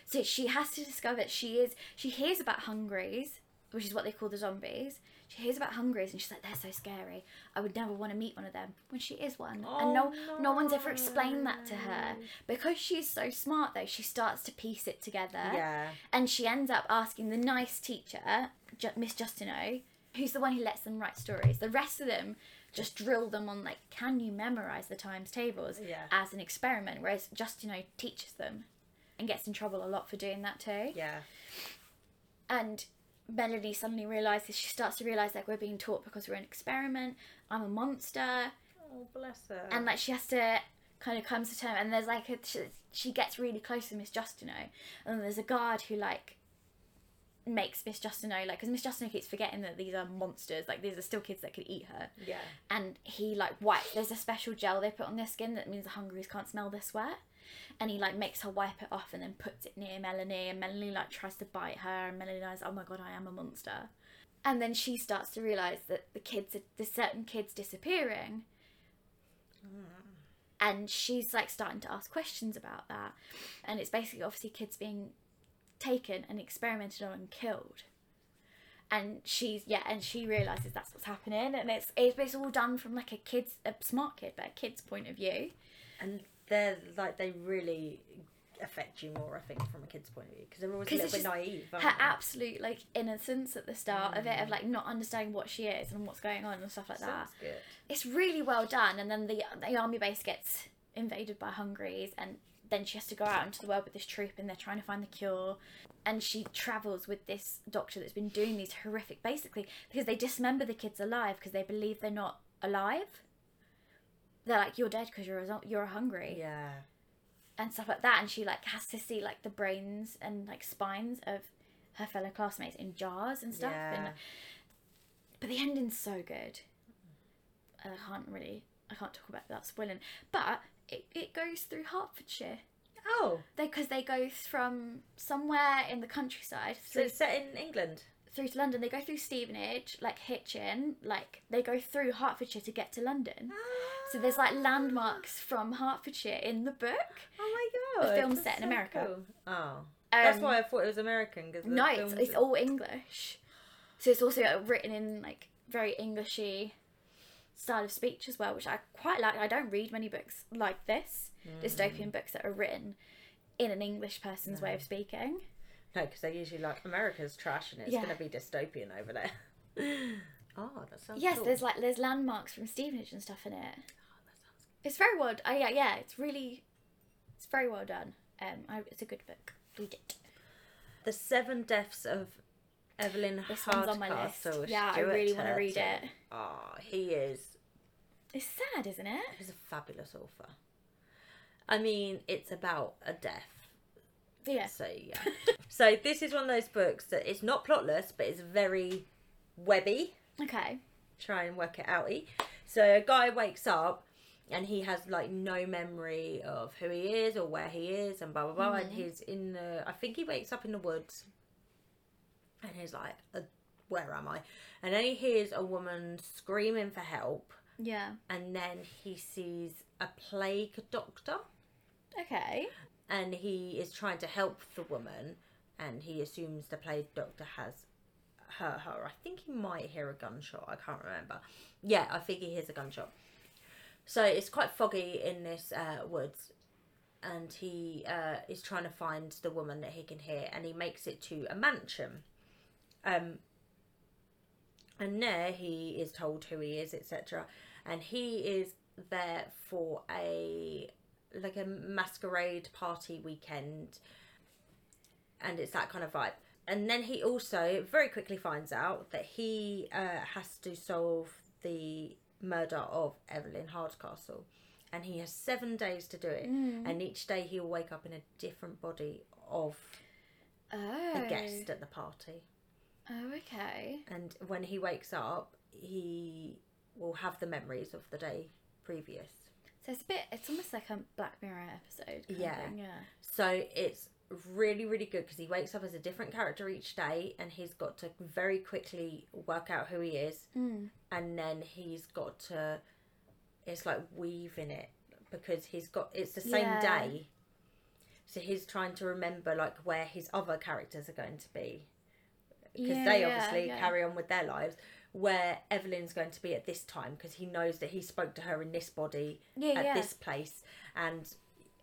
[SPEAKER 2] so she has to discover that she is. She hears about hungries, which is what they call the zombies. She hears about hungries, and she's like, "They're so scary. I would never want to meet one of them." When she is one, and no, no, one's ever explained that to her because she's so smart. Though she starts to piece it together
[SPEAKER 3] yeah.
[SPEAKER 2] and she ends up asking the nice teacher, Ju- Miss Justino, who's the one who lets them write stories. The rest of them just drill them on like, can you memorize the times tables
[SPEAKER 3] Yeah.
[SPEAKER 2] as an experiment? Whereas Justino teaches them, and gets in trouble a lot for doing that too.
[SPEAKER 3] Yeah.
[SPEAKER 2] And Melody suddenly realizes she starts to realize like we're being taught because we're an experiment. I'm a monster
[SPEAKER 3] Oh, bless her.
[SPEAKER 2] and like she has to kind of comes to terms and there's like a, she, she gets really close to miss justino and there's a guard who like makes miss justino like because miss justino keeps forgetting that these are monsters like these are still kids that could eat her
[SPEAKER 3] yeah.
[SPEAKER 2] and he like wipes there's a special gel they put on their skin that means the hungries can't smell their sweat and he like makes her wipe it off and then puts it near melanie and melanie like tries to bite her and melanie realizes oh my god i am a monster and then she starts to realize that the kids are the certain kids disappearing and she's like starting to ask questions about that and it's basically obviously kids being taken and experimented on and killed and she's yeah and she realizes that's what's happening and it's it's, it's all done from like a kid's a smart kid but a kid's point of view
[SPEAKER 3] And they're like, they really affect you more, I think, from a kid's point of view. Because they're always a
[SPEAKER 2] 'Cause
[SPEAKER 3] little
[SPEAKER 2] it's
[SPEAKER 3] bit
[SPEAKER 2] just
[SPEAKER 3] naive. Aren't
[SPEAKER 2] her
[SPEAKER 3] they?
[SPEAKER 2] absolute like innocence at the start of it of like not understanding what she is and what's going on and stuff like that
[SPEAKER 3] Sounds good.
[SPEAKER 2] it's really well done and then the the army base gets invaded by hungries and then she has to go out into the world with this troop and they're trying to find the cure and she travels with this doctor that's been doing these horrific basically because they dismember the kids alive because they believe they're not alive they're like you're dead because you're a, zo- you're hungry
[SPEAKER 3] Yeah.
[SPEAKER 2] and stuff like that and she like has to see like the brains and like spines of her fellow classmates in jars and stuff
[SPEAKER 3] yeah.
[SPEAKER 2] and but the ending's so good. And I can't really, I can't talk about that spoiling. But it, it goes through Hertfordshire
[SPEAKER 3] Oh,
[SPEAKER 2] because they, go from somewhere in the countryside
[SPEAKER 3] so
[SPEAKER 2] through
[SPEAKER 3] it's set in England.
[SPEAKER 2] through to London. They go through Stevenage, like Hitchin, like they go through Hertfordshire to get to London.
[SPEAKER 3] Ah.
[SPEAKER 2] So there's like landmarks from Hertfordshire in the book.
[SPEAKER 3] Oh my god.
[SPEAKER 2] film's
[SPEAKER 3] that's
[SPEAKER 2] set in
[SPEAKER 3] so
[SPEAKER 2] America.
[SPEAKER 3] cool. Oh. That's
[SPEAKER 2] Um,
[SPEAKER 3] why I thought it was American. Cause the
[SPEAKER 2] No, it's,
[SPEAKER 3] film's-
[SPEAKER 2] it's all English. So it's also uh, written in like very Englishy style of speech as well, which I quite like. I don't read many books like this,
[SPEAKER 3] Mm.
[SPEAKER 2] dystopian books that are written in an English person's way of speaking.
[SPEAKER 3] No, because they're usually like America's trash and it's
[SPEAKER 2] Yeah.
[SPEAKER 3] going to be dystopian over there. Oh, that sounds
[SPEAKER 2] yes,
[SPEAKER 3] cool.
[SPEAKER 2] there's like there's landmarks from Stevenage and stuff in it.
[SPEAKER 3] Oh, that sounds
[SPEAKER 2] It's very well. d- Oh yeah, yeah. It's really, it's very well done. Um, I, it's a good book. Read it.
[SPEAKER 3] good. The Seven Deaths of Evelyn
[SPEAKER 2] This one's
[SPEAKER 3] Hardcastle.
[SPEAKER 2] on my list. Yeah, I really want to read it.
[SPEAKER 3] Oh, he is
[SPEAKER 2] It's sad, isn't it?
[SPEAKER 3] He's a fabulous author. I mean, it's about a death,
[SPEAKER 2] Yeah.
[SPEAKER 3] so yeah. so this is one of those books that it's not plotless, but it's very webby.
[SPEAKER 2] Okay.
[SPEAKER 3] Try and work it outy. So a guy wakes up and he has like no memory of who he is or where he is and blah blah blah. And he's in the. I think he wakes up in the woods, and he's like, "Uh, "Where am I?" And then he hears a woman screaming for help
[SPEAKER 2] Yeah.
[SPEAKER 3] and then he sees a plague doctor
[SPEAKER 2] Okay.
[SPEAKER 3] and he is trying to help the woman and he assumes the plague doctor has hurt her. I think he might hear a gunshot, I can't remember. Yeah, I think he hears a gunshot. So it's quite foggy in this uh, woods and he uh, is trying to find the woman that he can hear and he makes it to a mansion. Um, and there he is told who he is, etc. And he is there for a like a masquerade party weekend and it's that kind of vibe and then he also very quickly finds out that he uh, has to solve the murder of evelyn hardcastle and he has seven days to do it and each day he'll wake up in a different body of
[SPEAKER 2] Oh.
[SPEAKER 3] a guest at the party
[SPEAKER 2] Oh, okay.
[SPEAKER 3] and when he wakes up he will have the memories of the day previous
[SPEAKER 2] So it's a bit. It's almost like a Black Mirror episode. kind of
[SPEAKER 3] Yeah.
[SPEAKER 2] thing, Yeah.
[SPEAKER 3] So it's really, really good because he wakes up as a different character each day and he's got to very quickly work out who he is.
[SPEAKER 2] Mm.
[SPEAKER 3] And then he's got to, it's like weaving it because he's got, it's the same
[SPEAKER 2] Yeah.
[SPEAKER 3] day. So he's trying to remember like where his other characters are going to be because
[SPEAKER 2] Yeah,
[SPEAKER 3] they
[SPEAKER 2] yeah,
[SPEAKER 3] obviously
[SPEAKER 2] yeah.
[SPEAKER 3] carry on with their lives. Where Evelyn's going to be at this time because he knows that he spoke to her in this body
[SPEAKER 2] Yeah.
[SPEAKER 3] at
[SPEAKER 2] Yeah.
[SPEAKER 3] this place, and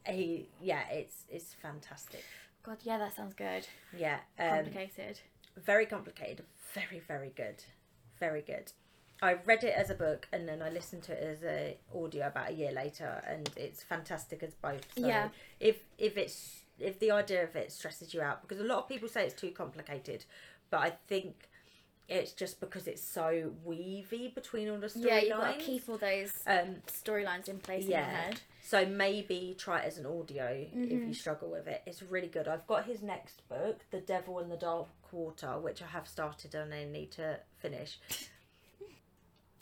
[SPEAKER 3] he yeah, it's it's fantastic.
[SPEAKER 2] God. Yeah, that sounds good.
[SPEAKER 3] Yeah, um,
[SPEAKER 2] Complicated.
[SPEAKER 3] very complicated, very very good, very good. I read it as a book and then I listened to it as a audio about a year later, and it's fantastic as both. So
[SPEAKER 2] Yeah.
[SPEAKER 3] If if it's if the idea of it stresses you out, because a lot of people say it's too complicated, but I think it's just because it's so weavy between all the storylines.
[SPEAKER 2] yeah, you've got to keep all those
[SPEAKER 3] Um,
[SPEAKER 2] storylines in place in your
[SPEAKER 3] Yeah.
[SPEAKER 2] head.
[SPEAKER 3] so maybe try it as an audio if
[SPEAKER 2] Mm-hmm.
[SPEAKER 3] you struggle with it. It's really good. I've got his next book, The Devil in the Dark Quarter, which I have started and I need to finish.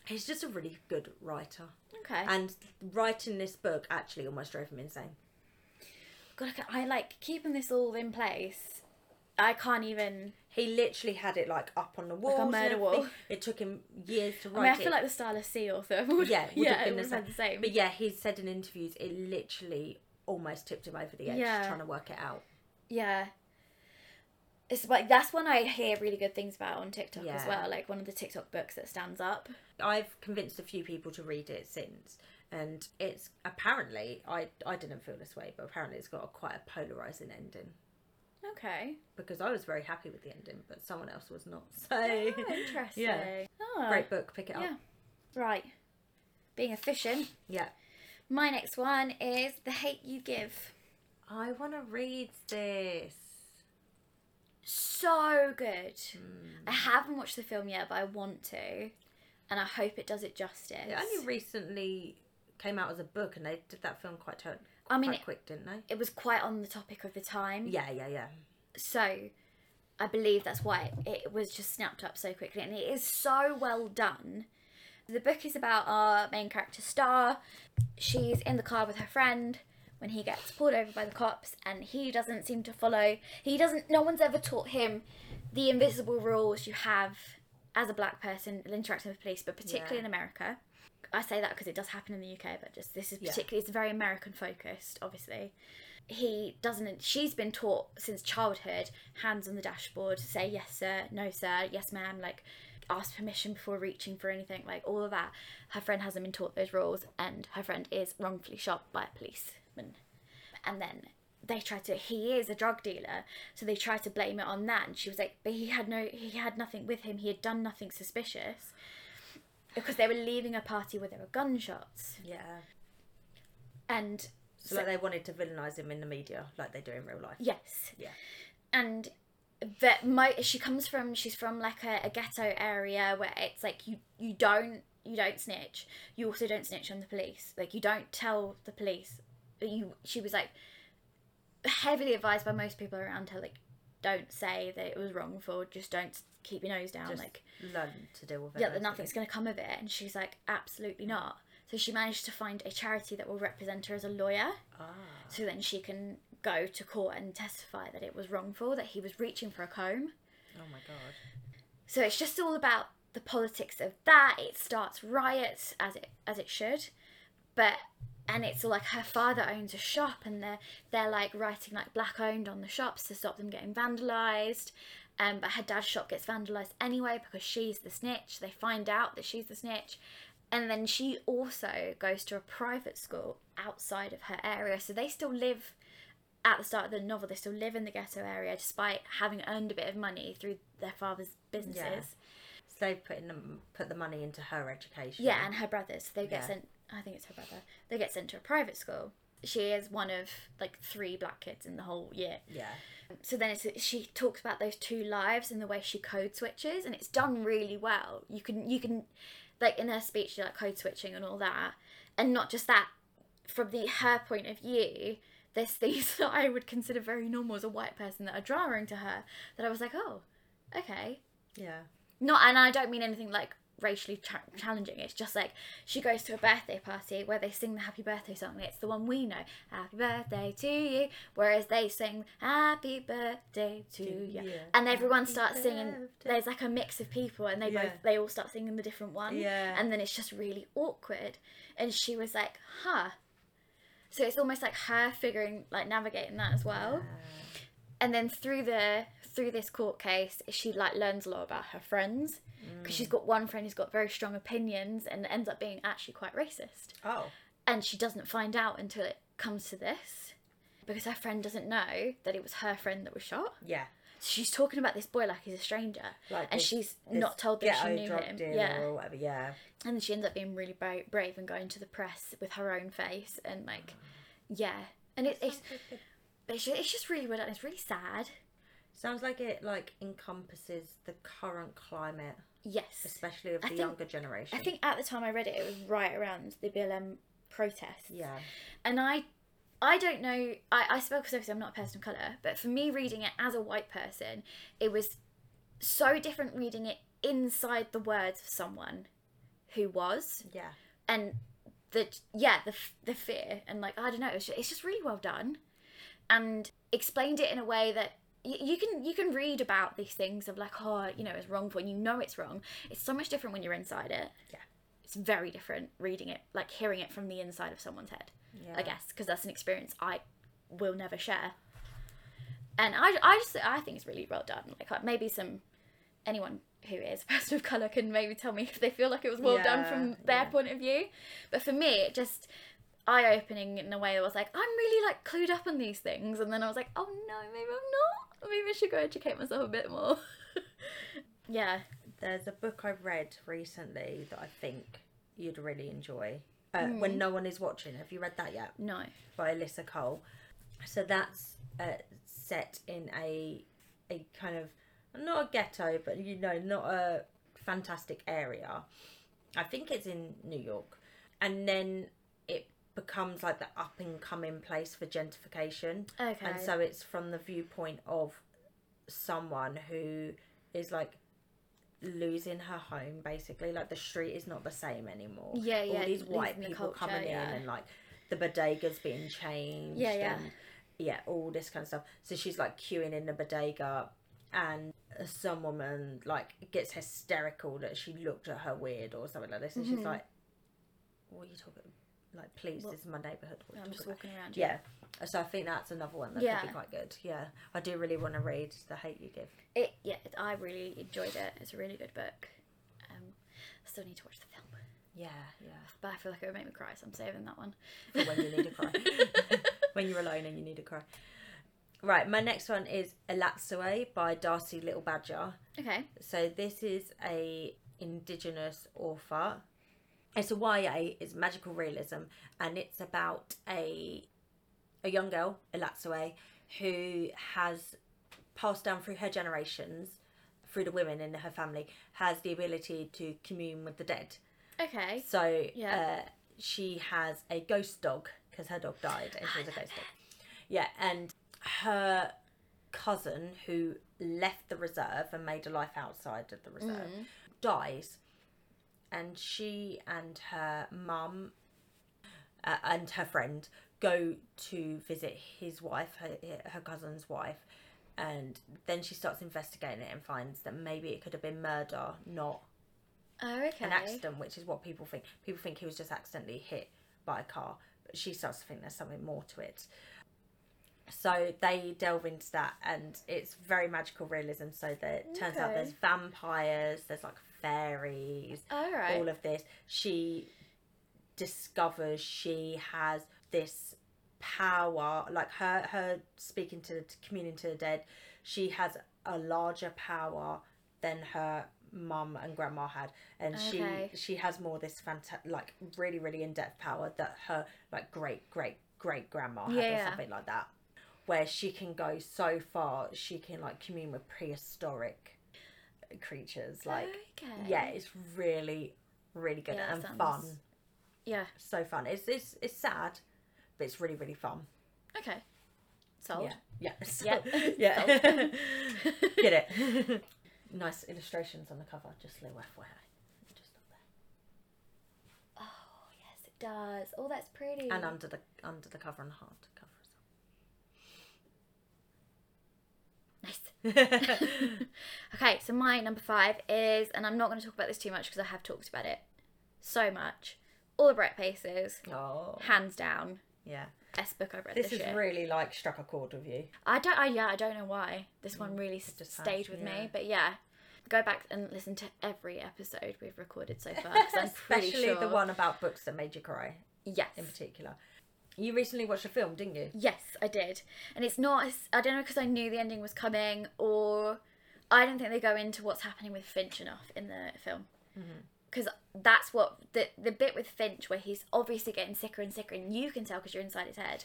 [SPEAKER 3] He's just a really good writer.
[SPEAKER 2] Okay.
[SPEAKER 3] And writing this book actually almost drove him insane.
[SPEAKER 2] God, I, ca- I like keeping this all in place. I can't even.
[SPEAKER 3] He literally had it like up on the walls. and
[SPEAKER 2] murder wall.
[SPEAKER 3] everything. It took him years to
[SPEAKER 2] I mean,
[SPEAKER 3] write
[SPEAKER 2] I feel
[SPEAKER 3] it.
[SPEAKER 2] like the Starless Sea author would.
[SPEAKER 3] yeah, it would
[SPEAKER 2] yeah,
[SPEAKER 3] have been
[SPEAKER 2] it would
[SPEAKER 3] the
[SPEAKER 2] have
[SPEAKER 3] same.
[SPEAKER 2] been the same.
[SPEAKER 3] But yeah, he said in interviews it literally almost tipped him over the edge
[SPEAKER 2] Yeah.
[SPEAKER 3] trying to work it out.
[SPEAKER 2] Yeah. It's like that's one I hear really good things about on TikTok as
[SPEAKER 3] Yeah.
[SPEAKER 2] well. Like one of the TikTok books that stands up.
[SPEAKER 3] I've convinced a few people to read it since, and it's apparently I I didn't feel this way, but apparently it's got a, quite a polarizing ending
[SPEAKER 2] Okay.
[SPEAKER 3] because I was very happy with the ending, but someone else was not.
[SPEAKER 2] Oh,
[SPEAKER 3] So
[SPEAKER 2] interesting.
[SPEAKER 3] Yeah.
[SPEAKER 2] Oh,
[SPEAKER 3] great book, pick it up.
[SPEAKER 2] Yeah. Right. Being efficient.
[SPEAKER 3] Yeah,
[SPEAKER 2] My next one is The Hate You Give.
[SPEAKER 3] I want to read this.
[SPEAKER 2] So good.
[SPEAKER 3] Hmm.
[SPEAKER 2] I haven't watched the film yet, but I want to. And I hope it does it justice.
[SPEAKER 3] It only recently came out as a book, and they did that film quite turn
[SPEAKER 2] I mean,
[SPEAKER 3] quite
[SPEAKER 2] it,
[SPEAKER 3] quick, didn't they?
[SPEAKER 2] it was quite on the topic of the time.
[SPEAKER 3] Yeah, yeah, yeah.
[SPEAKER 2] So I believe that's why it was just snapped up so quickly and it is so well done. The book is about our main character Star. She's in the car with her friend when he gets pulled over by the cops and he doesn't seem to follow. He doesn't no one's ever taught him the invisible rules you have as a black person interacting with police, but particularly
[SPEAKER 3] Yeah.
[SPEAKER 2] in America. I say that because it does happen in the UK, but just this is particularly it's very American focused, obviously. He doesn't. She's been taught since childhood, hands on the dashboard, say yes sir, no sir, yes ma'am, like ask permission before reaching for anything, like all of that. Her friend hasn't been taught those rules, and her friend is wrongfully shot by a policeman. And then they try to. He is a drug dealer, so they try to blame it on that. And she was like, but he had no, he had nothing with him. He had done nothing suspicious because they were leaving a party where there were gunshots
[SPEAKER 3] Yeah.
[SPEAKER 2] and
[SPEAKER 3] So, like they wanted to villainize him in the media, like they do in real life.
[SPEAKER 2] yes
[SPEAKER 3] Yeah.
[SPEAKER 2] and that my she comes from she's from like a, a ghetto area where it's like you you don't you don't snitch you also don't snitch on the police like you don't tell the police you she was like heavily advised by most people around her like don't say that it was wrongful just don't keep your nose down
[SPEAKER 3] Just
[SPEAKER 2] like
[SPEAKER 3] learn to deal with it.
[SPEAKER 2] yeah that
[SPEAKER 3] basically.
[SPEAKER 2] nothing's going to come of it and she's like absolutely not so she managed to find a charity that will represent her as a lawyer
[SPEAKER 3] Ah.
[SPEAKER 2] so then she can go to court and testify that it was wrongful that he was reaching for a comb
[SPEAKER 3] Oh my god.
[SPEAKER 2] so it's just all about the politics of that it starts riots as it as it should but and it's like her father owns a shop and they're they're like writing like black owned on the shops to stop them getting vandalized um, but her dad's shop gets vandalized anyway because she's the snitch they find out that she's the snitch and then she also goes to a private school outside of her area so they still live at the start of the novel they still live in the ghetto area despite having earned a bit of money through their father's businesses
[SPEAKER 3] So they put in the, put the money into her education.
[SPEAKER 2] yeah, and her brothers. They get
[SPEAKER 3] Yeah.
[SPEAKER 2] sent. I think it's her brother. They get sent to a private school. She is one of like three black kids in the whole year.
[SPEAKER 3] Yeah.
[SPEAKER 2] So then it's she talks about those two lives and the way she code switches, and it's done really well. You can you can like in her speech like code switching and all that, and not just that from the her point of view. There's things that I would consider very normal as a white person that are jarring to her that I was like, oh, okay,
[SPEAKER 3] Yeah.
[SPEAKER 2] not and i don't mean anything like racially tra- challenging it's just like she goes to a birthday party where they sing the happy birthday song and it's the one we know happy birthday to you whereas they sing happy birthday to you
[SPEAKER 3] you.
[SPEAKER 2] and everyone
[SPEAKER 3] Happy
[SPEAKER 2] starts singing
[SPEAKER 3] birthday.
[SPEAKER 2] there's like a mix of people and they both
[SPEAKER 3] Yeah.
[SPEAKER 2] they all start singing the different one
[SPEAKER 3] Yeah.
[SPEAKER 2] and then it's just really awkward and she was like huh so it's almost like her figuring like navigating that as well and then through the through this court case she like learns a lot about her friends because
[SPEAKER 3] Mm.
[SPEAKER 2] she's got one friend who's got very strong opinions and ends up being actually quite racist
[SPEAKER 3] Oh.
[SPEAKER 2] and she doesn't find out until it comes to this because her friend doesn't know that it was her friend that was shot
[SPEAKER 3] Yeah.
[SPEAKER 2] so she's talking about this boy like he's a stranger
[SPEAKER 3] Like
[SPEAKER 2] and
[SPEAKER 3] this-
[SPEAKER 2] she's
[SPEAKER 3] this
[SPEAKER 2] not told that she
[SPEAKER 3] ghetto
[SPEAKER 2] knew
[SPEAKER 3] drug
[SPEAKER 2] him
[SPEAKER 3] dealer
[SPEAKER 2] yeah
[SPEAKER 3] Or whatever. Yeah.
[SPEAKER 2] and then she ends up being really bra- brave and going to the press with her own face and like yeah and it, it's it's ju- it's just really well done it's really sad
[SPEAKER 3] Sounds like it like encompasses the current climate,
[SPEAKER 2] yes
[SPEAKER 3] especially of the
[SPEAKER 2] I think-
[SPEAKER 3] younger generation.
[SPEAKER 2] I think at the time I read it, it was right around the BLM protests.
[SPEAKER 3] Yeah.
[SPEAKER 2] And I, I don't know. I I suppose 'cause obviously I'm not a person of color, but for me reading it as a white person, it was so different reading it inside the words of someone who was
[SPEAKER 3] Yeah.
[SPEAKER 2] and the yeah the f- the fear and like I don't know. It's just, it's just really well done, and explained it in a way that. y- You can you can read about these things of like oh you know it's wrong when you know it's wrong. It's so much different when you're inside it
[SPEAKER 3] Yeah.
[SPEAKER 2] it's very different reading it like hearing it from the inside of someone's head
[SPEAKER 3] Yeah.
[SPEAKER 2] i guess because that's an experience i will never share and I, I just i think it's really well done like uh, maybe some anyone who is a person of color can maybe tell me if they feel like it was well done
[SPEAKER 3] Yeah,
[SPEAKER 2] from their
[SPEAKER 3] yeah.
[SPEAKER 2] point of view but for me it just eye-opening in a way that was like i'm really like clued up on these things and then i was like oh no maybe i'm not maybe i should go educate myself a bit more yeah
[SPEAKER 3] There's a book I read recently that I think you'd really enjoy. Uh,
[SPEAKER 2] Hmm.
[SPEAKER 3] When no one is watching. Have you read that yet?
[SPEAKER 2] no
[SPEAKER 3] by Alyssa Cole. So that's uh, set in a a kind of not a ghetto, but you know, not a fantastic area. I think it's in New York, and then it becomes like the up and coming place for gentrification.
[SPEAKER 2] okay
[SPEAKER 3] And so it's from the viewpoint of someone who is like losing her home basically like the street is not the same anymore
[SPEAKER 2] Yeah, yeah,
[SPEAKER 3] all these
[SPEAKER 2] losing
[SPEAKER 3] white
[SPEAKER 2] the
[SPEAKER 3] people
[SPEAKER 2] culture,
[SPEAKER 3] coming
[SPEAKER 2] yeah.
[SPEAKER 3] in and like the bodegas being changed
[SPEAKER 2] Yeah, yeah.
[SPEAKER 3] and yeah all this kind of stuff so she's like queuing in the bodega and some woman like gets hysterical that she looked at her weird or something like this and she's like what are you talking like please
[SPEAKER 2] Mm-hmm. What-
[SPEAKER 3] this is my neighborhood What are you
[SPEAKER 2] i'm just
[SPEAKER 3] talking about?"
[SPEAKER 2] walking around
[SPEAKER 3] Yeah. So I think that's another one that could
[SPEAKER 2] Yeah.
[SPEAKER 3] be quite good. Yeah. I do really want to read The Hate You Give.
[SPEAKER 2] It yeah, it, I really enjoyed it. It's a really good book. Um, I still need to watch the film,
[SPEAKER 3] Yeah, yeah.
[SPEAKER 2] but I feel like it would make me cry, so I'm saving that one.
[SPEAKER 3] For when you need to cry. when you're alone and you need to cry. Right, my next one is Elatsue by Darcy Little Badger.
[SPEAKER 2] okay.
[SPEAKER 3] So this is a Indigenous author. It's a YA, it's magical realism, and it's about a a young girl, Elatsue, who has passed down through her generations, through the women in her family, has the ability to commune with the dead.
[SPEAKER 2] Okay.
[SPEAKER 3] So
[SPEAKER 2] Yeah.
[SPEAKER 3] uh, she has a ghost dog because her dog died and she was a ghost dog. Yeah, and her cousin who left the reserve and made a life outside of the reserve
[SPEAKER 2] Mm-hmm.
[SPEAKER 3] dies, and she and her mum uh, and her friend go to visit his wife, her, her cousin's wife. And then she starts investigating it and finds that maybe it could have been murder, not
[SPEAKER 2] Oh, okay.
[SPEAKER 3] an accident, which is what people think. People think he was just accidentally hit by a car, but she starts to think there's something more to it. So they delve into that, and it's very magical realism. So that it turns out
[SPEAKER 2] Okay.
[SPEAKER 3] there's vampires, there's like fairies,
[SPEAKER 2] All right.
[SPEAKER 3] all of this. She discovers she has this power, like her her speaking to the communing to the dead. She has a larger power than her mum and grandma had, and
[SPEAKER 2] Okay.
[SPEAKER 3] she she has more this fantastic, like really really in depth power that her like great great great grandma had or
[SPEAKER 2] Yeah.
[SPEAKER 3] something like that. Where she can go so far, she can like commune with prehistoric creatures, like
[SPEAKER 2] okay.
[SPEAKER 3] yeah, it's really, really good
[SPEAKER 2] Yeah,
[SPEAKER 3] and
[SPEAKER 2] that sounds-
[SPEAKER 3] fun.
[SPEAKER 2] Yeah.
[SPEAKER 3] So fun. It's it's it's sad, but it's really really fun.
[SPEAKER 2] Okay. Sold.
[SPEAKER 3] Yeah, yeah, so,
[SPEAKER 2] Yeah.
[SPEAKER 3] yeah. Get it? nice illustrations on the cover. Just a little FYI. Just up there.
[SPEAKER 2] Oh yes, it does. Oh, that's pretty.
[SPEAKER 3] And under the under the cover and hard cover.
[SPEAKER 2] nice.
[SPEAKER 3] as well.
[SPEAKER 2] okay, so my number five is, and I'm not going to talk about this too much because I have talked about it so much. All the Bright Faces,
[SPEAKER 3] oh,
[SPEAKER 2] hands down,
[SPEAKER 3] yeah.
[SPEAKER 2] best book I've read this,
[SPEAKER 3] This has
[SPEAKER 2] year.
[SPEAKER 3] really like struck a chord with you.
[SPEAKER 2] I don't. I, yeah, I don't know why this one really s-
[SPEAKER 3] Mm, just has,
[SPEAKER 2] stayed with
[SPEAKER 3] yeah.
[SPEAKER 2] me, but yeah, go back and listen to every episode we've recorded so far. 'cause I'm pretty
[SPEAKER 3] Especially the
[SPEAKER 2] sure-
[SPEAKER 3] one about books that made you cry
[SPEAKER 2] Yes.
[SPEAKER 3] in particular. You recently watched a film, didn't you?
[SPEAKER 2] Yes, I did. And it's not, it's- I don't know because I knew the ending was coming or I don't think they go into what's happening with Finch enough in the film.
[SPEAKER 3] Mm-hmm.
[SPEAKER 2] Because that's what, the, the bit with Finch where he's obviously getting sicker and sicker and you can tell because you're inside his head.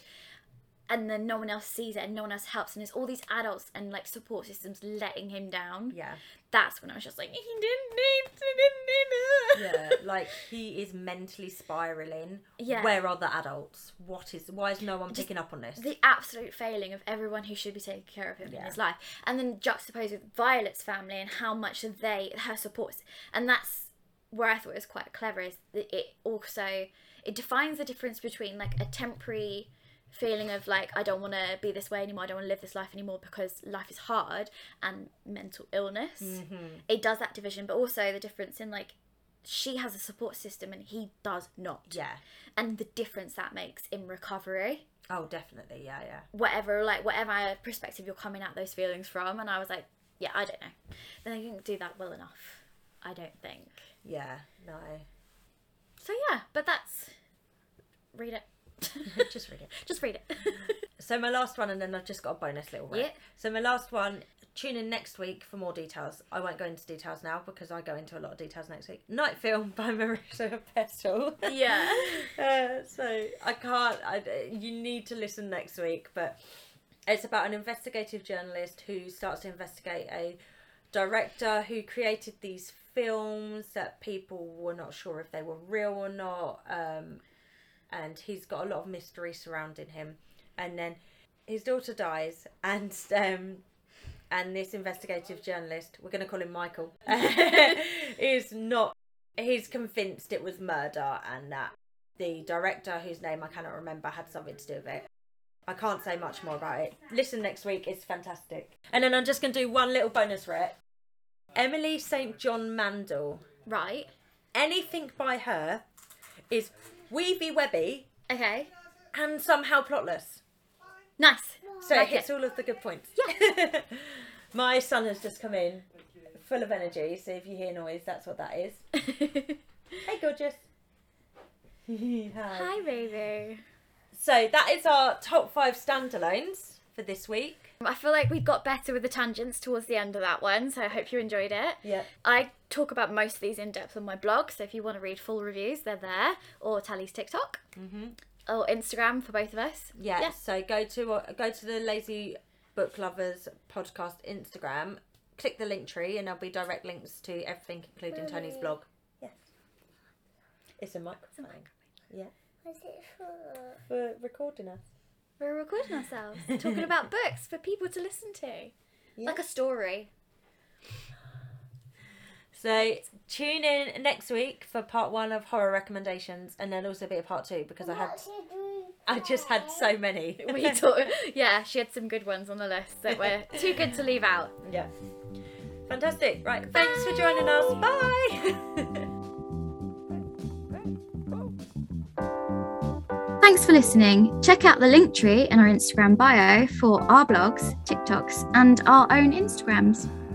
[SPEAKER 2] And then no one else sees it and no one else helps. And there's all these adults and like support systems letting him down.
[SPEAKER 3] Yeah.
[SPEAKER 2] That's when I was just like, he didn't need, he didn't need
[SPEAKER 3] yeah
[SPEAKER 2] it.
[SPEAKER 3] like he is mentally spiraling
[SPEAKER 2] Yeah.
[SPEAKER 3] where are the adults what is why is no one
[SPEAKER 2] Just
[SPEAKER 3] picking up on this
[SPEAKER 2] the absolute failing of everyone who should be taking care of him in
[SPEAKER 3] Yeah.
[SPEAKER 2] his life and then juxtaposed with violet's family and how much they her supports and that's where i thought it was quite clever is that it also it defines the difference between like a temporary feeling of like i don't want to be this way anymore i don't want to live this life anymore because life is hard and mental illness it does that division but also the difference in like she has a support system and he does not
[SPEAKER 3] yeah
[SPEAKER 2] and the difference that makes in recovery
[SPEAKER 3] oh definitely yeah yeah
[SPEAKER 2] whatever like whatever perspective you're coming at those feelings from and i was like yeah i don't know then i didn't do that well enough i don't think
[SPEAKER 3] yeah no
[SPEAKER 2] so yeah but that's read it
[SPEAKER 3] just read it
[SPEAKER 2] just read it
[SPEAKER 3] so my last one and then i've just got a bonus little rant.
[SPEAKER 2] Yeah.
[SPEAKER 3] so my last one tune in next week for more details i won't go into details now because i go into a lot of details next week night film by marissa pestle
[SPEAKER 2] yeah
[SPEAKER 3] Uh, so I can't. I, you need to listen next week, but it's about an investigative journalist who starts to investigate a director who created these films that people were not sure if they were real or not, um, and he's got a lot of mystery surrounding him. And then his daughter dies, and um, and this investigative journalist, we're going to call him Michael, is not. He's convinced it was murder and that the director, whose name I cannot remember, had something to do with it. I can't say much more about it. Listen next week, it's fantastic. And then I'm just going to do one little bonus rec. Emily St. John Mandel.
[SPEAKER 2] right
[SPEAKER 3] Anything by her is weavy webby
[SPEAKER 2] okay
[SPEAKER 3] and somehow plotless.
[SPEAKER 2] nice
[SPEAKER 3] So
[SPEAKER 2] Like
[SPEAKER 3] it hits all of the good points. Yeah. My son has just come in, full of energy. So if you hear noise, that's what that is.
[SPEAKER 2] it.
[SPEAKER 3] Hey, gorgeous. Hi.
[SPEAKER 2] hi baby
[SPEAKER 3] So that is our top five standalones for this week.
[SPEAKER 2] I feel like we got better with the tangents towards the end of that one, so I hope you enjoyed it.
[SPEAKER 3] Yeah.
[SPEAKER 2] I talk about most of these in depth on my blog, so if you want to read full reviews, they're there, or Tally's TikTok, or Instagram for both of us.
[SPEAKER 3] Yeah.
[SPEAKER 2] Yeah.
[SPEAKER 3] So go to uh, go to the Lazy Book Lovers podcast Instagram. Click the link tree, and there'll be direct links to everything, including Tony's blog.
[SPEAKER 4] Yes.
[SPEAKER 3] It's a microphone.
[SPEAKER 4] What's it for?
[SPEAKER 3] We're recording us.
[SPEAKER 2] We're recording ourselves, talking about books for people to listen to, like a story.
[SPEAKER 3] So tune in next week for part one of horror recommendations, and there'll also be a part two because I had
[SPEAKER 4] What should we
[SPEAKER 3] I just had
[SPEAKER 4] play?
[SPEAKER 3] so many.
[SPEAKER 2] We talk- yeah, she had some good ones on the list that were too good to leave out.
[SPEAKER 3] yeah. Fantastic. Right. Thanks for joining us. Bye.
[SPEAKER 1] Thanks for listening. Check out the link tree in our Instagram bio for our blogs, TikToks, and our own Instagrams.